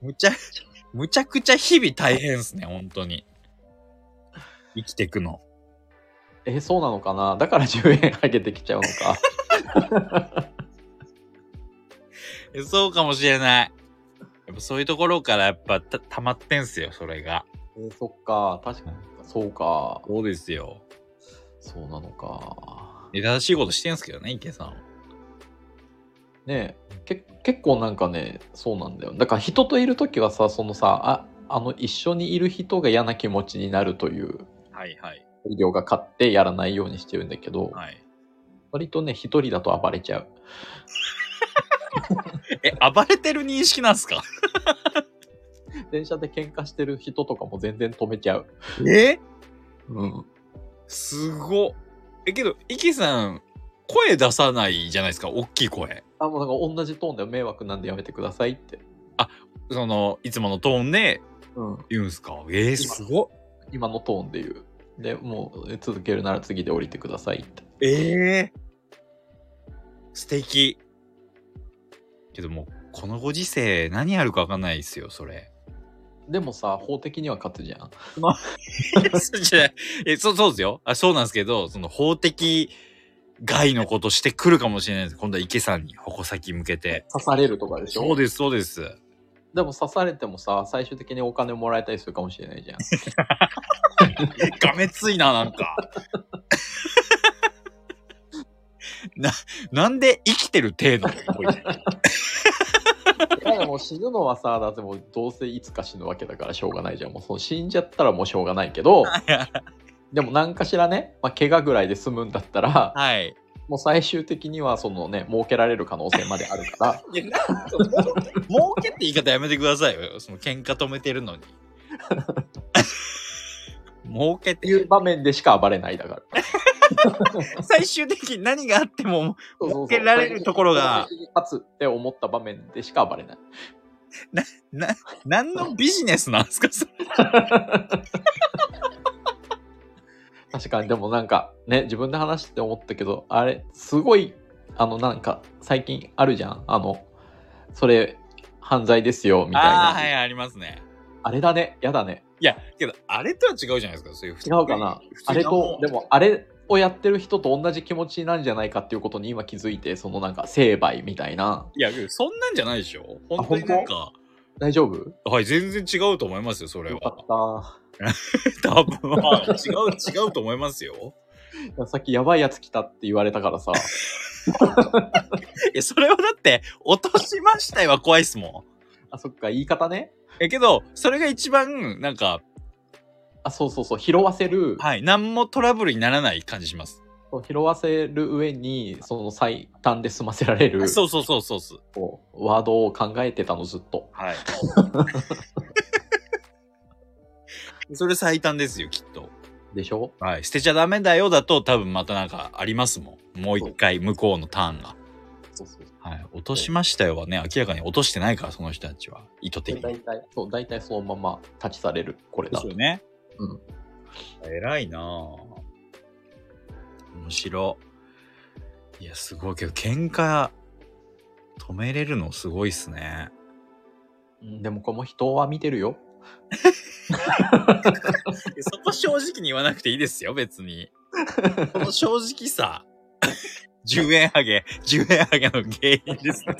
むちゃ、むちゃくちゃ日々大変ですね、本当に。生きてくの。
え、そうなのかなだから10円上げてきちゃうのか。
えそうかもしれない。やっぱそういうところからやっぱた溜まってんすよ、それが。
えーそっか、確かに。そうか。
そうですよ。
そうなのか。
で正しいことしてんすけどね、池さんは。
ねえけ結構なんかね、そうなんだよ。だから人といるときはさ、そのさ、ああの一緒にいる人が嫌な気持ちになるという
はいはい。
医療が勝ってやらないようにしてるんだけど、
はい、
割とね、一人だと暴れちゃう。
え、暴れてる認識なんすか
電車で喧嘩してる人とかも全然止めちゃう。
え
うん。
すごっ。え、けど、池さん、声出さないじゃないですか、大きい声。
あ、もうなんか同じトーンで迷惑なんでやめてくださいって。
その、いつものトーンで
うん。
言うんすか。えー、すごっ。
今のトーンで言う。で、もう続けるなら次で降りてくださいって。
ええ素敵。けどもう、このご時世、何やるかわかんないですよ、そ [laughs] れ。
でもさ、法的には勝つじゃん。
そうじゃないえ、そう、そうですよ。あ、そうなんですけど、その法的外のことしてくるかもしれないです。今度は池さんに矛先向けて。
刺されるとかでしょ
そうです、そうです。
でも刺されてもさ、最終的にお金もらえたりするかもしれないじ [laughs] ゃん。
[laughs] がめついな、なんか。 [laughs] な、なんで生きてる体なのこいつ
いやでも死ぬのはさ、だってもうどうせいつか死ぬわけだからしょうがないじゃん。もうその死んじゃったらもうしょうがないけ [laughs] ど、でも何かしらね、まあ、怪我ぐらいで済むんだったら、
はい。
もう最終的にはそのね、儲けられる可能性まであるから、
いや、なんかもう、儲けって言い方やめてくださいよ。 [laughs] その喧嘩止めてるのに。 [laughs] 儲けって
[laughs] い
言
う場面でしか暴れないだから。
う最終的に何があっても
そうそうそ
儲
う
けられるところが。
勝つって思った場面でしか暴れない。
何のビジネスなん [laughs] ですかそれ
確かに、でもなんかね、自分で話して思ったけど、あれ、すごい、あの、なんか最近あるじゃん。あの、それ、犯罪ですよ、みたいな。
ああはいありますね
あれだね、やだね。
いやけどあれとは違うじゃないですかそういう普通
違うかな
普通
あ
に
れ
も
と
う、
でもあれをやってる人と同じ気持ちなんじゃないかっていうことに今気づいて、そのなんか成敗みたいな。
いやけどそんなんじゃないでしょ本当になんか
大丈夫
はい全然違うと思いますよそれ
よか
は
っ
多分は違う違うと思いますよ
たいや。さっきやばいやつ来たって言われ
[laughs]
たからさ、
いやそれはだって落としましたよは怖いっすもん
あ、そっか、言い方ね。
えけどそれが一番なんか
あ、そうそうそう、拾わせる、
はい何もトラブルにならない感じします、
そう拾わせる上に、その最短で済ませられる
そうそうそうそうそう
こうワードを考えてたの、ずっと。
はい [laughs] それ最短ですよきっと
でしょ
はい、捨てちゃダメだよだと多分またなんかありますもんもう一回向こうのターンが、
そうそう。
はい、落としましたよはね明らかに落としてないからその人たちは意図的
で、
に
大体、そう、大体そのまま立ち去れる、これ
で
だ
す
と
よ。ね
うん
偉いなぁ面白いやすごいけど喧嘩止めれるのすごいっすね
うんでも、これも人は見てるよ。
そこ正直に言わなくていいですよ [laughs] 別にこの正直 [laughs] さ10円ハゲ10円ハゲの原因ですね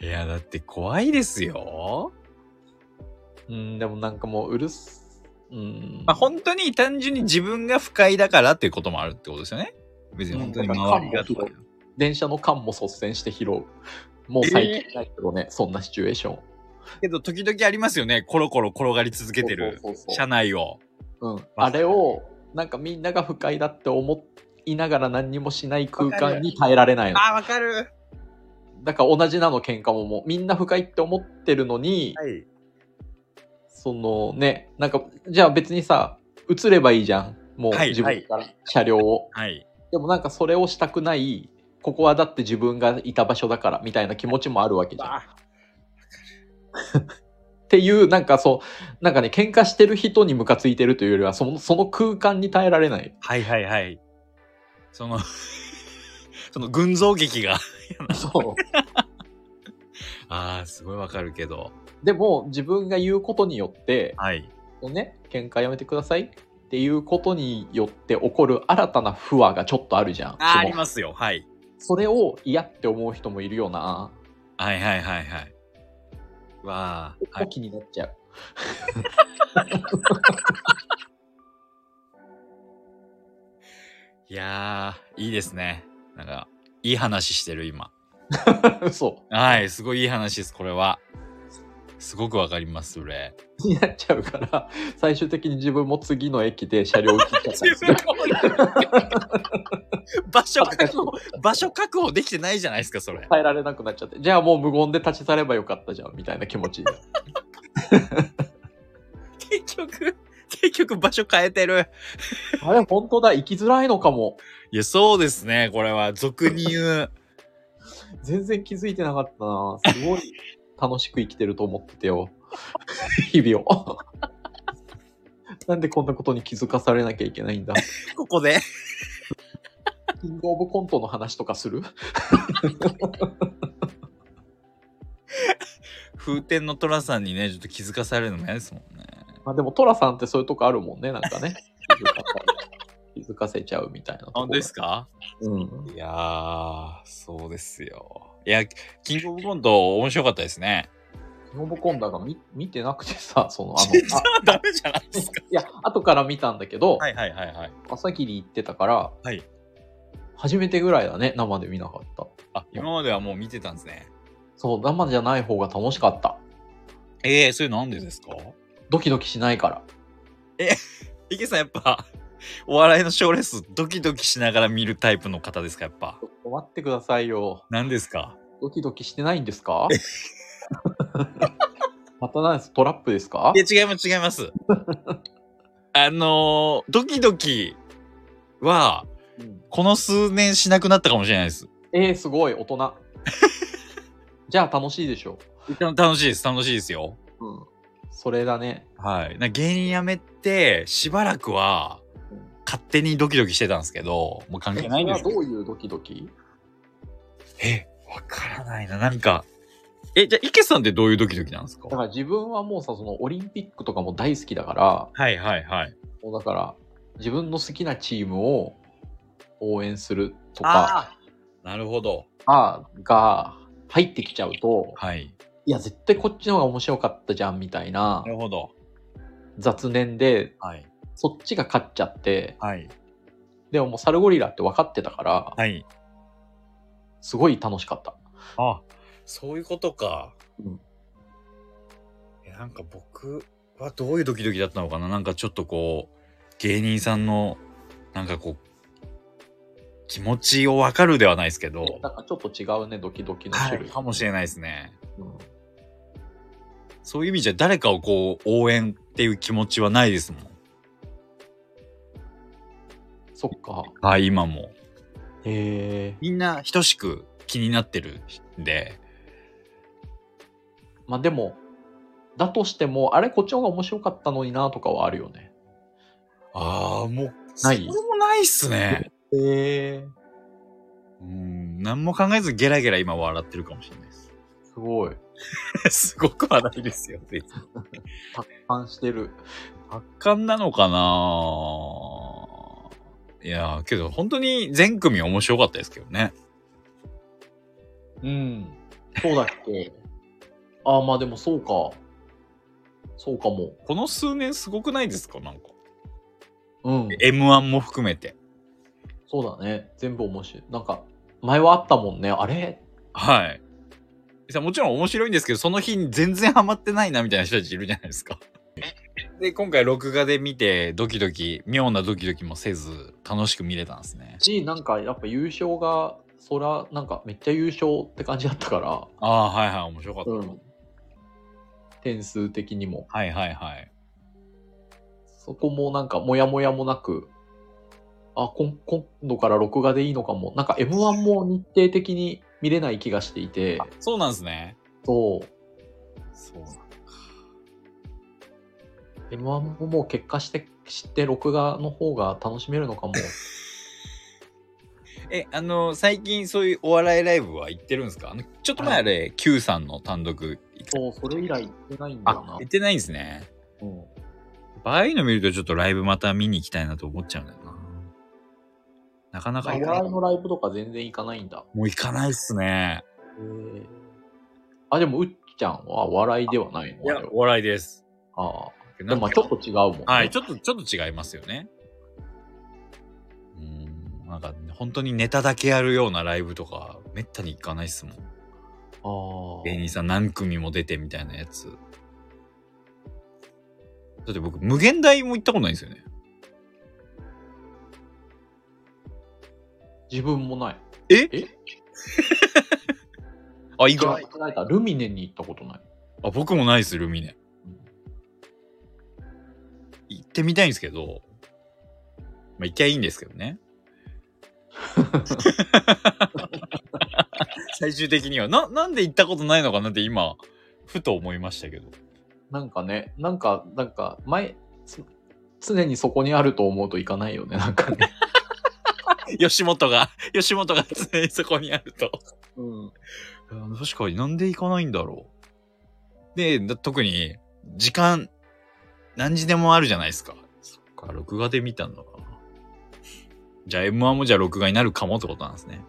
いやだって怖いですよ
うん、でもなんかもううるす、うん。
まあ本当に単純に自分が不快だからっていうこともあるってことですよね別に本当に周りがとか
うん電車の缶も率先して拾う。もう最近ないけどね、そんなシチュエーション。
けど時々ありますよねコロコロ転がり続けてる
そうそうそうそ
車内を
ううん、あれを、なんかみんなが不快だって思いながら何にもしない空間に耐えられないの。
あーわかる
だから同じなの喧嘩ももう、みんな不快って思ってるのに、
はい
そのね、なんか、じゃあ別にさ、移ればいいじゃん。もう
はい
自分から車両を。
はい
でもなんかそれをしたくない、ここはだって自分がいた場所だからみたいな気持ちもあるわけじゃん。っていう、なんかそう、なんかね、喧嘩してる人にムカついてるというよりは、そのその空間に耐えられない。
はいはいはい。その、 [laughs] その群像劇が。 [laughs]
そう。
ああ、すごいわかるけど。
でも、自分が言うことによって、
はい。
ね、喧嘩やめてくださいっていうことによって起こる新たな不和がちょっとあるじゃん。
あーあ
その
りますよ。はい。
それを嫌って思う人もいるよな。
はいはいはいはい。わあ、はい、
気になっちゃう。
いやー、いいですね。なんか、いい話してる今。
そ
はい、すごいいい話です、これは。すごくわかります、そ [laughs] れ。
う。気になっちゃうから、最終的に自分も次の駅で車両を切っちゃったりす
自分
る。
も [laughs] 場所確保、場所確保できてないじゃないですか、それ。
耐えられなくなっちゃって。じゃあもう無言で立ち去ればよかったじゃん、みたいな気持ちになる。
[laughs] 結局、結局場所変えてる。
あれ、本当だ、行きづらいのかも。
いや、そうですね、これは。俗に言う。
全然気づいてなかったな。すごい楽しく生きてると思っててよ。日々を。なんでこんなことに気づかされなきゃいけないんだ。
[laughs] ここで。
キングオブコントの話とかする
風天の寅さんにね、ちょっと気づかされるのも嫌ですもんね。
まあでも、トラさんってそういうとこあるもんね、なんかね。気づかさ気づかせちゃうみたいなとこ。
本当ですか
うん。
いやー、そうですよ。いや、キングオブコント面白かったですね。
キングオブコントが見見てなくてさ、 [laughs] その、あ
じゃ
の、あ
あ [laughs] ダメじゃないですか。
いや、後から見たんだけど、
はいはいはいはい。
朝霧行ってたから、
はい
初めてぐらいだね、生で見なかった。
あ、今まではもう見てたんですね。
そう、生じゃない方が楽しかった。
ええー、それなんでですか
ドキドキしないから。
池さんやっぱ、お笑いの賞レースドキドキしながら見るタイプの方ですか、やっぱ
ち。ょっと待ってくださいよ。
何ですか
ドキドキしてないんです [laughs] かまた何ですトラップですか
いや、違います違います。あのー、ドキドキは、
うん
この数年しなくなったかもしれないです。
えー、すごい、大 [laughs] 人。じゃあ楽しいでしょ
楽しいです、楽しいですよ。
う。うん。それだね。
はい。な芸人辞めて、しばらくは
うん、
勝手にドキドキしてたんですけど、もう関係ないんです
えそれはどういうドキドキ
え、わからないな。なんか、え、じゃあ、池さんってどういうドキドキなんですか
だから自分はもうさ、そのオリンピックとかも大好きだから、
はいはいはい。
もうだから、自分の好きなチームを応援するとか
ああなるほど。
あーが入ってきちゃうと、
はい。
いや、絶対こっちの方が面白かったじゃんみたいな
なるほど。
雑念で
はい。
そっちが勝っちゃって、
はい。
でももうサルゴリラって分かってたから、
はい。
すごい楽しかった。
あ、そういうことか。
うん
え、なんか僕はどういうドキドキだったのかななんかちょっとこう、芸人さんの、なんかこう、気持ちをわかるではないですけど、
なんかちょっと違うね、ドキドキの
は
種
い、
類。
かもしれないですね。
うん
そういう意味じゃ誰かをこう応援っていう気持ちはないですもん。
そっか。
はい、今も。
へえ。
みんな等しく気になってるんで。
まあでも、だとしても、あれ、こっちの方が面白かったのになとかはあるよね。
ああ、もう、
ない
それもないっすね。
へえ。
うん、何も考えずゲラゲラ今笑ってるかもしれないです。
すごい。
[laughs] すごく話題ですよ。別に
達観してる。
圧巻なのかないやー、けど本当に全組面白かったですけどね。
うん。そうだっけ。 [laughs] ああ、まあでもそうか。そうかも。
この数年すごくないですかなんか。
うん。
M1 も含めて。
そうだね。全部面白い。なんか、前はあったもんね。あれ
はい。さもちろん面白いんですけど、その日に全然ハマってないなみたいな人たちいるじゃないですか。で、今回録画で見て、ドキドキ、妙なドキドキもせず、楽しく見れたんですね。
し、なんかやっぱ優勝が、そら、なんかめっちゃ優勝って感じだったから。
ああ、はいはい、面白かった。
うん。点数的にも。
はいはいはい。
そこもなんか、もやもやもなく、あ、こん今度から録画でいいのかも。なんか M1 も日程的に見れない気がしていて、
そうなんですね。
そう。
そう
M1 ももう結果して、知って録画の方が楽しめるのかも。
え、あの、最近そういうお笑いライブは行ってるんですかあのちょっと前あれ、Q さんの単独行っ
そう、それ以来行ってないんだよ
あ
な、
行っ。てないんですね。
うん
やっぱああいうの見るとちょっとライブまた見に行きたいなと思っちゃうんだよな。なかな
お
か行かない
笑いのライブとか全然行かないんだ。
もう行かないっすね。
へえあ、でも、うっちゃんは笑いではないの
いや
あれ、は
お笑いです。
ああ。
な
で
ん
も、
か
まあちょっと違うもんね、
はい、ちょっと、ちょっと違いますよね。うーん、なんか、本当にネタだけやるようなライブとか、めったに行かないっすもん。
ああ。
芸人さん何組も出てみたいなやつ。だって僕、無限大も行ったことないんですよね。
自分もない。
え
え
あ、意
いや
外。
なんかルミネに行ったことない。
あ、僕もないっす、ルミネ。行ってみたいんですけど、まあ、行きゃいいんですけどね。最終的には。な、なんで行ったことないのかなって今、ふと思いましたけど。
なんかね、なんか、なんか、前、つ常にそこにあると思うといかないよね、なんか
[laughs]
ね。
吉本が、吉本が常にそこにあると。
うん。
いや確かになんで行かないんだろう。で、だ特に、時間、何時でもあるじゃないですか。そっか、録画で見たんだからな。じゃあ M1 もじゃあ録画になるかもってことなんですね。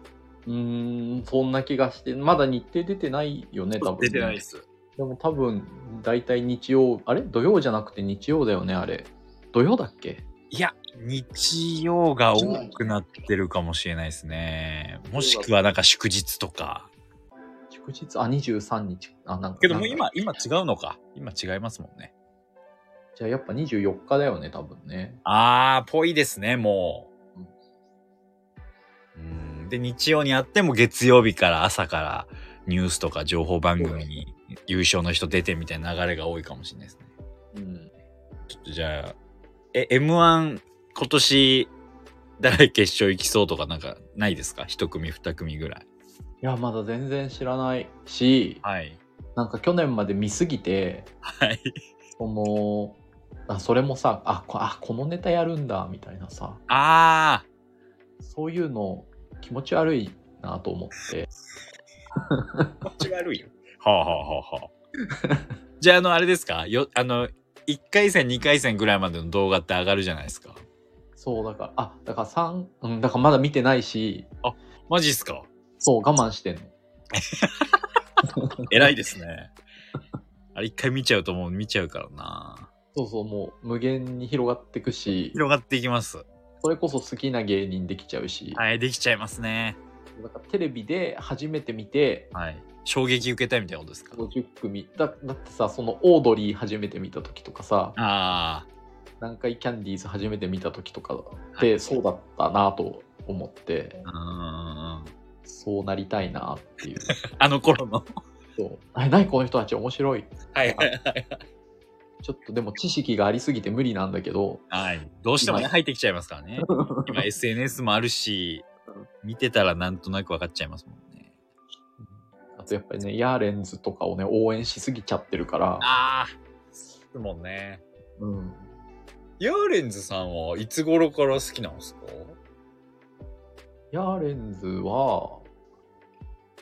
うーん、そんな気がして、まだ日程出てないよね、多分、
出てないで。す。
でも多分、大体日曜、あれ土曜じゃなくて日曜だよね、あれ。土曜だっけ
いや、日曜が多くなってるかもしれないですね。もしくはなんか祝日とか。
祝日あ、23日。あ、なんか。
けどもう
なん
今
か、
今違うのか。今違いますもんね。
じゃあやっぱ24日だよね、多分ね。
あー、ぽいですね、もう。うん、で、日曜にあっても月曜日から朝からニュースとか情報番組に優勝の人出てみたいな流れが多いかもしれないですね。
うん。
ちょっとじゃあ、え、M1 今年誰決勝行きそうとかなんかないですか一組二組ぐらい。
いや、まだ全然知らないし、
はい。
なんか去年まで見すぎて、
はい。
そのあそれもさあこあこのネタやるんだみたいなさ
あ
そういうの気持ち悪いなと思って
ー、こっち悪いよ。はあはあはあはあ。じゃあ、あの、あれですかよ、あの、1回戦、2回戦ぐらいまでの動画って上がるじゃないですか。
そうだからあだから3うんだからまだ見てないし
マジっすか
そう我慢してんの
偉いですね。 [laughs] あれ一回見ちゃうともう見ちゃうからな。
そうそうもう無限に広がってくし
広がっていきます。
それこそ好きな芸人できちゃうし、
はい、できちゃいますね。
だからテレビで初めて見て
はい。衝撃受けたいみたいなことですか
50組だだってさそのオードリー初めて見た時とかさ
ああ、
南海キャンディーズ初めて見た時とかでそうだったなと思って
うーん。
そうなりたいなっていう。
あの頃の。
そう [laughs] あれ、何この人たち面白い。
はい
はいちょっとでも知識がありすぎて無理なんだけど、
はい。どうしてもね、
今
入ってきちゃいますからね。今 SNS もあるし、見てたらなんとなく分かっちゃいますもんね。
あとやっぱりね、ヤーレンズとかをね、応援しすぎちゃってるから、
ああ、ですもんね。
うん、
ヤーレンズさんはいつ頃から好きなんですか
ヤーレンズは、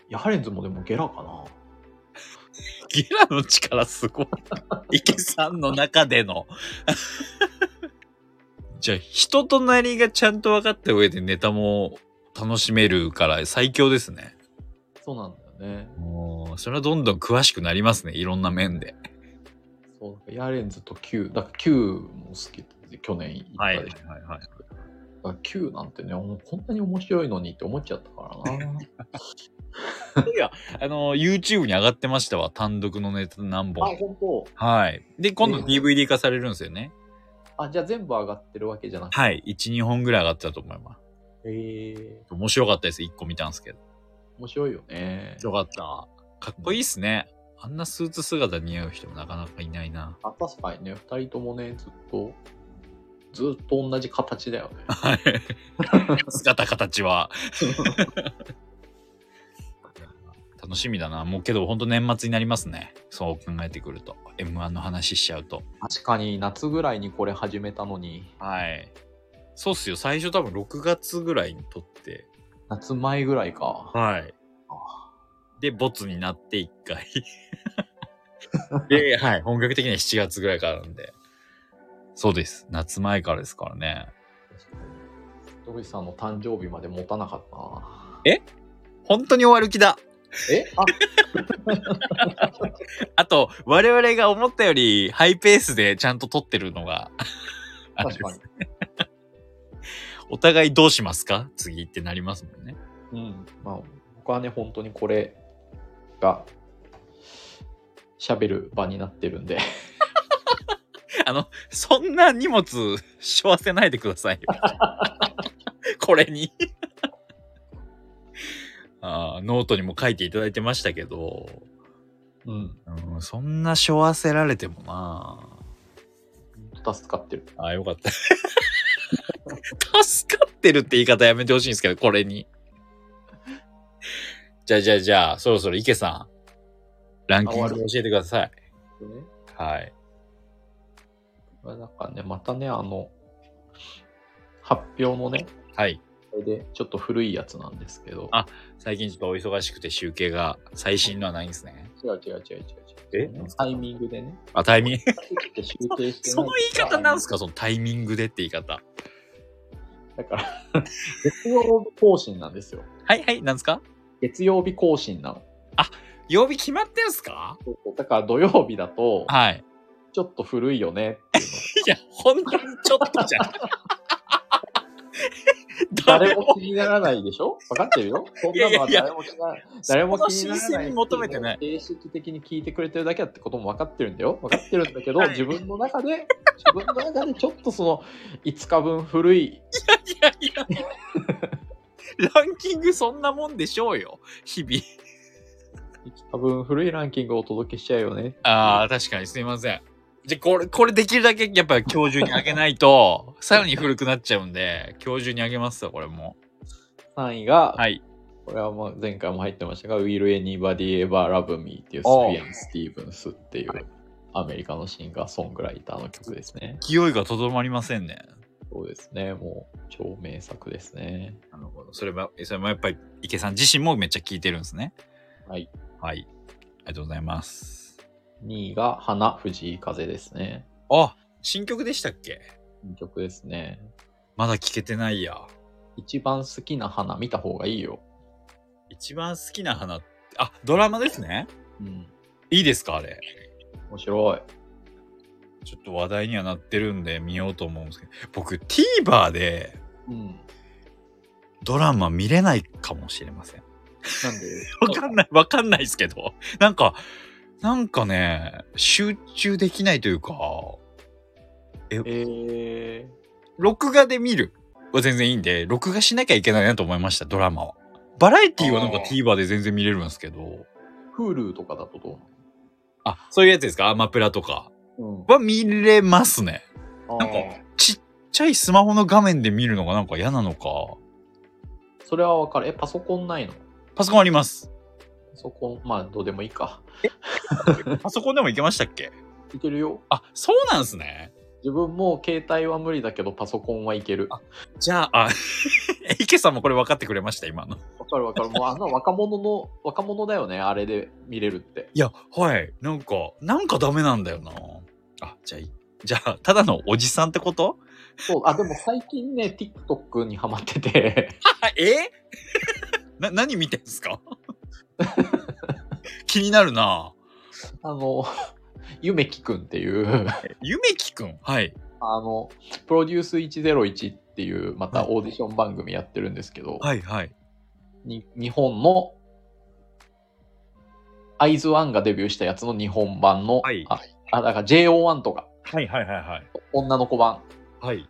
ヤーレンズもでもゲラかな。
ゲラの力すごい。池さんの中での。 [laughs] じゃあ、人となりがちゃんと分かった上でネタも楽しめるから最強ですね。
そうなんだよね。
もう、それはどんどん詳しくなりますね。いろんな面で。
そうなんかヤーレンズと Q、だから Q も好きで去年行ったでしょ。
はい。
だから Q なんてね、もうこんなに面白いのにって思っちゃったから [laughs] な。
あの、YouTube に上がってましたわ。単独のネタ何
あ、
本。
本当。
はい。で、今度
えー
DVD 化されるんですよね。
あ、じゃあ全部上がってるわけじゃなくて。
はい。1、2本ぐらい上がってたと思います。
へえ
面白かったです。1個見たんですけど。
面白いよね。
よかった。かっこいいっすね。あんなスーツ姿似合う人もなかなかいないな。
あ、確かにね、二人ともね、ずっと、ずっと同じ形だよね。
はい。姿形は。楽しみだな。もうけど本当年末になりますね。そう考えてくると。M1 の話しちゃうと。
[laughs] 確かに、夏ぐらいにこれ始めたのに、
はい。そうっすよ。最初多分6月ぐらいに撮って。
夏前ぐらいか。
はい。で、ボツになって1回。で、はい。本格的には7月ぐらいからなんで。そうです。夏前からですからね。 [laughs]
野口さんの誕生日まで持たなかったな。
本当に終わる気だ。
えあ、
あと、我々が思ったよりハイペースでちゃんと撮ってるのが、あれ
確
です
かに。
お互いどうしますか次ってなりますもんね。
うん、まあ、僕はね、本当にこれが喋る場になってるんで、
あの、そんな荷物、しょわせないでくださいよ。これにあー。ノートにも書いていただいてましたけど、
うん、
うん、そんなしょわせられてもな
助かってる。
ああ、よかった。 [laughs] 助かってるって言い方やめてほしいんですけど、これに。じゃあじゃあじゃあ、そろそろ池さん、ランキング
あ終わ
教えてください。はい。
これなんかね、またね、あの、発表のね、
はい。
これでちょっと古いやつなんですけど、
あ最近ちょっとお忙しくて集計が最新のはないんですね。
違う違う違う違う違う。
え
タイミングでね、
あ、タイミング。
集計してない
その [laughs] 言い方なんですかそのタイミングでって言い方。
だから、 [laughs] 月曜日更新なんですよ。
はいはい、なんですか
月曜日更新なの。
曜日決まってんすか
だから土曜日だと、
はい。
ちょっと古いよねっていうの。
いや、ほんとにちょっとじゃん。
誰も気にならないでしょ分かってるよ。そ
[laughs]
ん
いや
ないの
や
はい
や
誰も気にならない。 [laughs] 誰も気になら
その申
な
請
い。
に求めてない
形式的に聞いてくれてるだけだってことも分かってるんだよ。分かってるんだけど、
はい
自分の中で、自分の中でちょっとその5日分古い、
いやいや。ランキングそんなもんでしょうよ。日々。
5日分古いランキングをお届けしちゃうよね。
ああ、確かにすいません。じゃ、これ、これできるだけやっぱ今日中にあげない [laughs] と、さらに古くなっちゃうんで、今日中にあげますわ、これも。
3位が、
はい。
これはまあ前回も入ってましたが、Will Anybody Ever Love Me っていうスフ
おう
ィアン・スティーブンスっていうアメリカのシンガーソングライターの曲ですね。
勢いがとどまりませんね。
そうですね。もう超名作ですね。
なるほど。それは、それもやっぱり池さん自身もめっちゃ聞いてるんですね。
はい。
はい。ありがとうございます。
2位が花藤井風ですね。
あ、新曲でしたっけ
いい曲ですね。
まだ聞けてないや。
一番好きな花見た方がいいよ。
一番好きな花って、あ、ドラマですね。
うん。
いいですかあれ。
面白い。
ちょっと話題にはなってるんで見ようと思うんですけど、僕 TVer で
[laughs] うん。
ドラマ見れないかもしれません。、
なんで
わかんない、わかんないですけど。なんか、なんかね、集中できないというか、
え
録画で見るは全然いいんで、録画しなきゃいけないなと思いました、ドラマは。バラエティはなんか
あー
TVer で全然見れるんですけど、
ー、Hulu とかだとど
あ、そういうやつですかアマプラとか。
ううん。
は見れますね。
あ
なんか
ー
ちっちゃいスマホの画面で見るのがなんか嫌なのか。
それはわかる。え、パソコンないのパ
パソコンあり [laughs] ます。
ソコン、まあ、どうでもいいか。
パソコンでもいけましたっけ
いけるよ。
あ、そうなんすね。
自分も携帯は無理だけど、パソコンはいける。
じゃあ、あ、 [laughs] 池さんもこれ分かってくれました、今の。
わかるわかる。もうあの若者の、若者だよね。あれで見れるって。
いや、はい。なんか、なんかダメなんだよな。あ、じゃあいい、じゃあ、ただのおじさんってこと
そう、あ、でも最近ね、TikTok にハマってて。 [laughs]
あ [laughs] え [laughs] な何見てんすか [laughs] 気になるな
あの、ゆめきくんっていう、 [laughs]
ゆめきくんはい
あの、プロデュース101っていう、またオーディション番組やってるんですけど、
はいはい
に日本の、アイズワンがデビューしたやつの日本版の、
はい
あ、あだから JO1 とか、
はいはいはいはい
女の子版
はい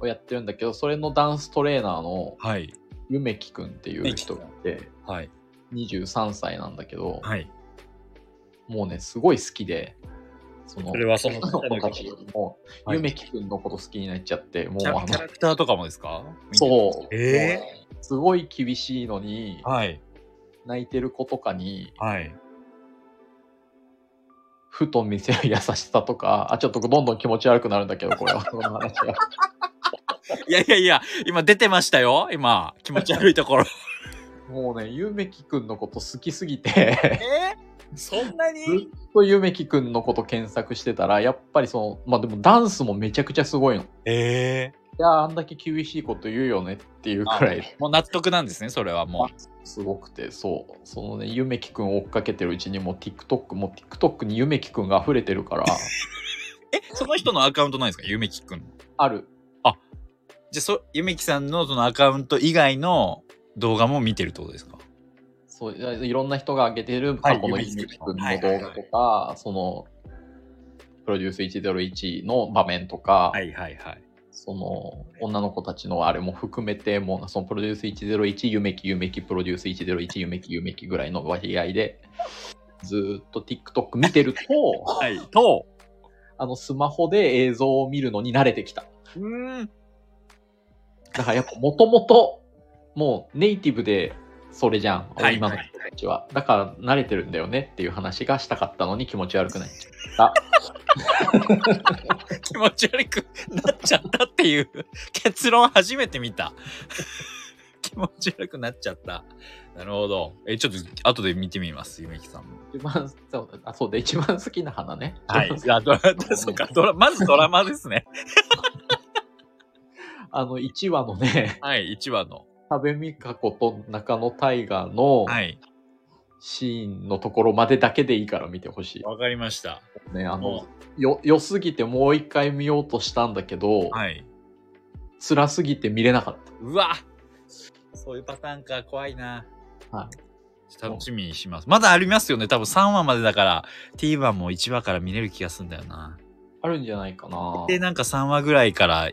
をやってるんだけど、それのダンストレーナーの
はい
ゆめきくんっていう人がいて、
はい
23歳なんだけど、
はい
もうね、すごい好きで、その、
それはその
女の子たちよりも、
はい
ゆめきくんのこと好きになっちゃって、もう
キ
あ
ャラ
の
キャラクターとかもですか
そう。
え
もうすごい厳しいのに、
はい
泣いてる子とかに、
はい
ふと見せる優しさとか、あ、ちょっとどんどん気持ち悪くなるんだけど、これは、この話は。 [laughs]
いやいやいや今出てましたよ今気持ち悪いところ
もうね、ゆめきくんのこと好きすぎて、 [laughs]
えそんな
ずっとゆめきくんのこと検索してたら、やっぱりその、まあでもダンスもめちゃくちゃすごいの。
え
いや、あんだけ厳しいこと言うよねっていうくらい
もう納得なんですね、それはも
すごくて、そう、そのね、ゆめきくんを追っかけてるうちにもう TikTok、もう TikTok にゆめきくんが溢れてるから、
う。え、その人のアカウントないですかゆめきくん。
ある。
じゃあそ、ゆめきさんのそのアカウント以外の動画も見てるってことですか
そういやいろんな人が上げてる過去の
はい
ゆめきくんの
はい
動画とか、その、プロデュース101の場面とか、
いはいはい。
その女の子たちのあれも含めて、もうそのプロデュース101、ゆめきゆめき、プロデュース101、ゆめきゆめきぐらいの割合で、ずーっと TikTok 見てると、
はい。と、
あのスマホで映像を見るのに慣れてきた。
うーん。
だからやっぱもともと、もうネイティブでそれじゃん、
はい
今の人たちは。だから慣れてるんだよねっていう話がしたかったのに気持ち悪くない。あ
気持ち悪くなっちゃったっていう結論初めて見た。 [laughs] 気持ち悪くなっちゃった。なるほど。え、ちょっと後で見てみます、ゆめきさんも。
一番そうあそうで一番好きな花ね。
はい。 [laughs] あ、ドラ、そうか、ドラ、まずドラマですね。
[laughs] あの1話のね、
はい、1話の。
多部未華子と中野大河の
はい。
シーンのところまでだけでいいから見てほし
わかりました。
い。ね、あ
も
の、よ、良すぎてもう一回見ようとしたんだけど、
はい。
辛すぎて見れなかっ
うわそういうパターンか、怖いな。。
はい
楽しみにします。まだありますよね。多分3話までだから、TVer も1話から見れる気がするんだよな。
た。あるんじゃないかな。
で、なんか3話ぐらいから、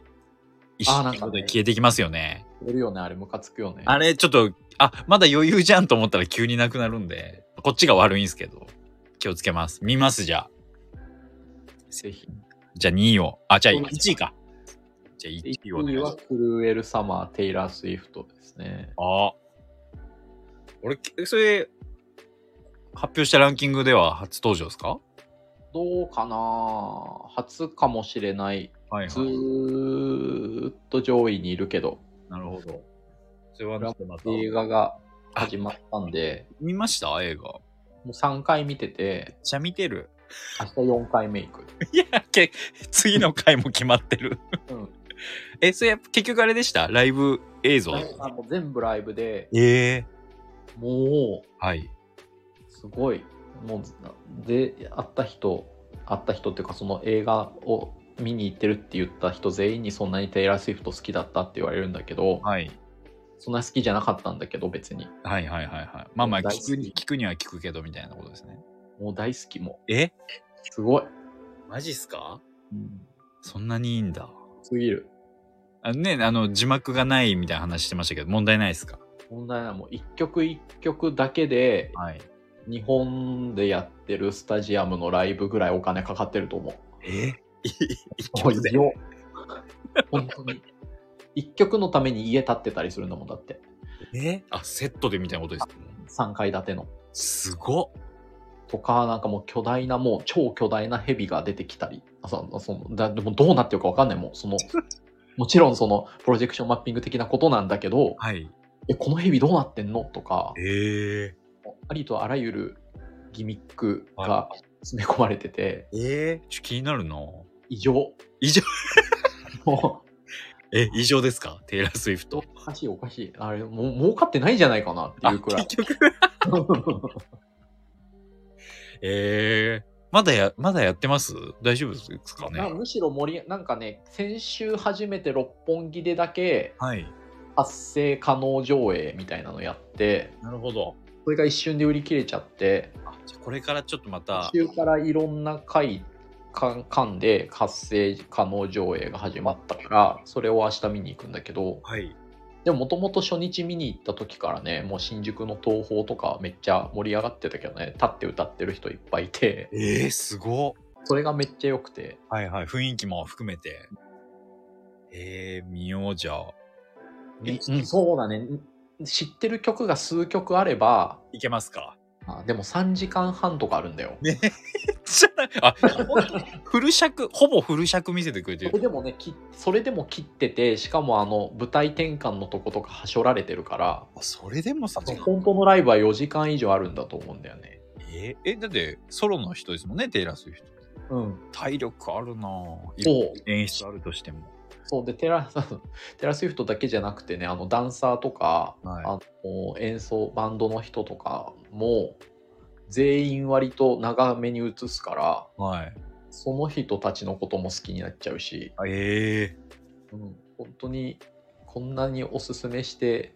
一
あーなん
瞬
か
で
ね
消えてきますよね。
いるよね、あれムカつくよね。
あれ、ちょっと、あ、まだ余裕じゃんと思ったら急になくなるんで、こっちが悪いんですけど、気をつけます。見ます、じゃあ。
ぜひ。
じゃあ2位を。あ、じゃあ
そうです
1位か。じゃあ1位をお
1
願い
位
しま
は
す。
クルエル・サマー、テイラー・スウィフトですね。
ああ。俺、えそれ、発表したランキングでは初登場ですか
どうかな初かもしれない。
はい
ずーっと上位にいるけど、
なるほど。それは
ちょっ
また。
映画が始まったんで、
見ました映画。めっ
もう3回見てて、
ちゃ見てる。
明日4回目いく。
いや、 [laughs] け次の回も決まってる。
うん。
え、それやっぱ結局あれでしたライブ映像。
あもう全部ライブで、
ええ
も
はい。
う、すごい。もう、で、会った人、会った人っていうか、その映画を見に行ってるって言った人全員にそんなにテイラー・スウィフト好きだったって言われるんだけど、
はい。
そんな好きじゃなかったんだけど、別に。
はいはいはいはい。まあまあ
大好き
聞くに、聞くには聞くけどみたいなことですね。
もう大好きも
え
う。すごい。
マジっすかそんなにいいんだ。
すぎる。
あのね、あの、字幕がないみたいな話してましたけど、問題ないですか
問題ない。もう一曲一曲だけで、
はい。
日本でやってるスタジアムのライブぐらいお金かかってると思う。
[laughs] え一
も
曲
う異
で。
常本当に。一曲のために家建ってたりするんだもんだって。
えあ、セットでみたいなことですか
3階建ての。
すごっ。
とか、なんかもう巨大な、もう超巨大なヘビが出てきたり。あそそのだでもどうなってるかわかんない。もうその、もちろんそのプロジェクションマッピング的なことなんだけど、
はい。
え、このヘビどうなってんのとか。
ええ
ありとあらゆるギミックが
は
詰め込まれてて、
ええちょ気になるな
異常。
異常
もう
え、異常ですかテイラー・スウィフト。
おかしいおかしい。あれ、もう儲かってないんじゃないかなっていうくらい。
局。 [laughs] ええまだや、まだやってます大丈夫ですか
な
ね
むしろ盛り、なんかね、先週初めて六本木でだけ
はい。
発生可能上映みたいなのやって、
なるほど。
それが一瞬で売り切れちゃって、
あじゃあこれからちょっとまた
途、中からいろんな回、間間で発生可能上映が始まったから、それを明日見に行くんだけど、
はい。
でももともと初日見に行った時からね、もう新宿の東宝とかめっちゃ盛り上がってたけどね、立って歌ってる人いっぱいいて、
ええすごっ。
それがめっちゃ良くて、
はいはい。雰囲気も含めて。ええ見ようじゃあ。
いそうだね、知ってる曲が数曲あれば、
いけますか
あでも3時間半とかあるんだよ。
めっちゃ、あ、本当にフル尺、ほぼフル尺見せてくれて
それ
る。
でもね、きそれでも切ってて、しかもあの舞台転換のとことかはしょられてるから、
あそれでもさ、
本当のライブは4時間以上あるんだと思うんだよね。
ええだってソロの人ですもんね、テイラー・スウィフト。
うん。
体力あるなぁ
そう
演出あるとしても。
そうでテラ [laughs] テラスウィフトだけじゃなくてねあのダンサーとか、
はい
あの演奏バンドの人とかも全員割と長めに映すから
はい。
その人たちのことも好きになっちゃうし、
あええ
うん、本当にこんなにおすすめして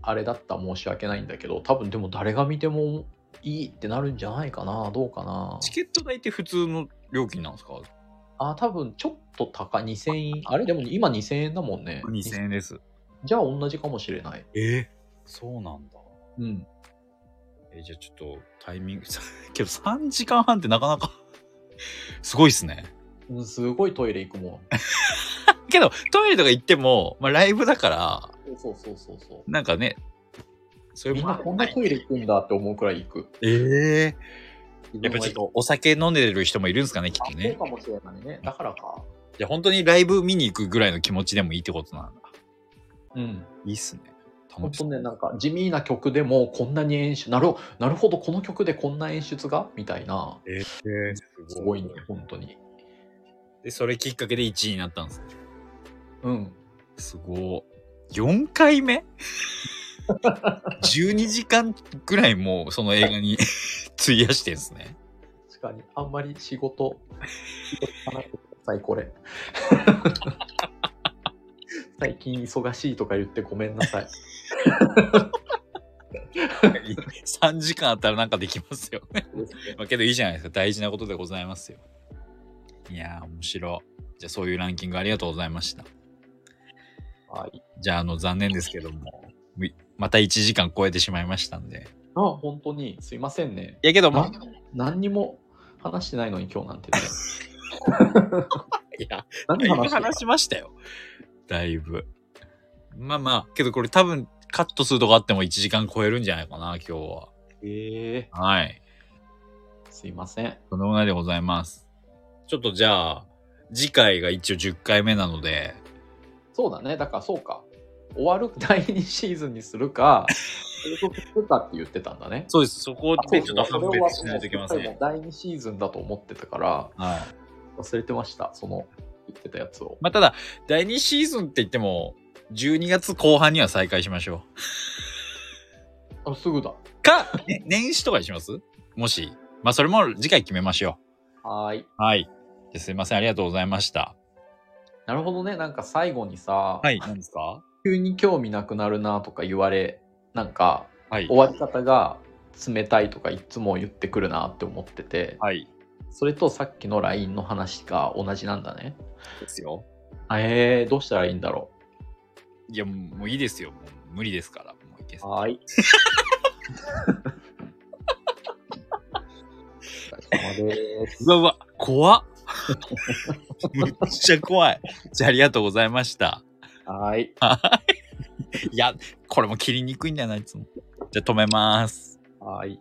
あれだったら申し訳ないんだけど多分でも誰が見てもいいってなるんじゃないかなどうかな
チケット代って普通の料金なんですか
あ多分ちょっと高い2000円あれでも今2000円だもんね
2000円です。
じゃあ同じかもしれない
ええそうなんだ。
うん
えーじゃあちょっとタイミング、 [laughs] けど3時間半ってなかなか、 [laughs] すごいっすね。
うんすごいトイレ行く
[laughs]
も
けど、トイレとか行っても、まあライブだから、
ん。そうそうそうそ。
なんかね、そううい
み
うんも
な
ある
こんなトイレ行くんだって思うくらい行く。
ええやっぱちょっとお酒飲んでる人もいるんですかね、きっ
あ
と
そう
ね。
かもしれないね。だからか。
じゃあ本当にライブ見に行くぐらいの気持ちでもいいってことなんだ。
うん。
いいっすね。
本
楽し
当
み。
ね、なんか地味な曲でもこんなに演出、なるほなるほど、この曲でこんな演出がみたいな。
ええ
すごいね、本当に。
で、それきっかけで1位になったんですね。
うん。
すごい。4回目 ?12 時間ぐらいもうその映画に [laughs] 費やしてんですね。
確かに、あんまり仕事、仕事さないでください、
[laughs]
これ。最近忙しいとか言ってごめんなさい。
3時間あったらなんかできますよね。まあけどいいじゃないですか。大事なことでございますよ。いやー、面白い。じゃあそういうランキングありがとうございました。
はい。
じゃあ、あの、残念ですけども、みまた1時間超えてしまいましたんで。
あ、本当に、すいませんね。
いやけど、ま
な何にも話してないのに今日なんてね
いや、
何
だいぶ
話してた
話しましたよ。だいぶ。まあまあ、けどこれ多分カットするとこあっても1時間超えるんじゃないかな、今日は。
え
はい。
ーすいません
とんでもないでございます。ちょっとじゃあ、次回が一応10回目なので、
そうだねだからそうか終わる第2シーズンにするか継続するかって言ってたんだね
そうです。そこでちょっと
そ
判
うそう
別しないといけません。
それを第2シーズンだと思ってたから
はい。
忘れてましたその言ってたやつを
まあただ、第2シーズンって言っても、12月後半には再開しましょ
あすぐだ
う。か、ね年始とかにしますもし。まあそれも次回決めましょ。
はーいう
はい。ですいません。ありがとうございました。
なるほどねなんか最後にさ、
はい。何ですか
急に興味なくなるなとか言われなんか
はい。
終わり方が冷たいとかいつも言ってくるなって思ってて
はい。
それとさっきの LINE の話が同じなんだね。
ですよ。
あえー、どうしたらいいんだろ
いや、もうもういいですよ。もう無理ですから。もういいです
う。。はーい。 [laughs] お疲れ様です。
うわうわ、 [laughs] 怖っ。むっちゃ怖い。じゃあありがとうございました。
はーい。
いや、これも切りにくいんだよな、いつも。じゃあ止めます。
はーい。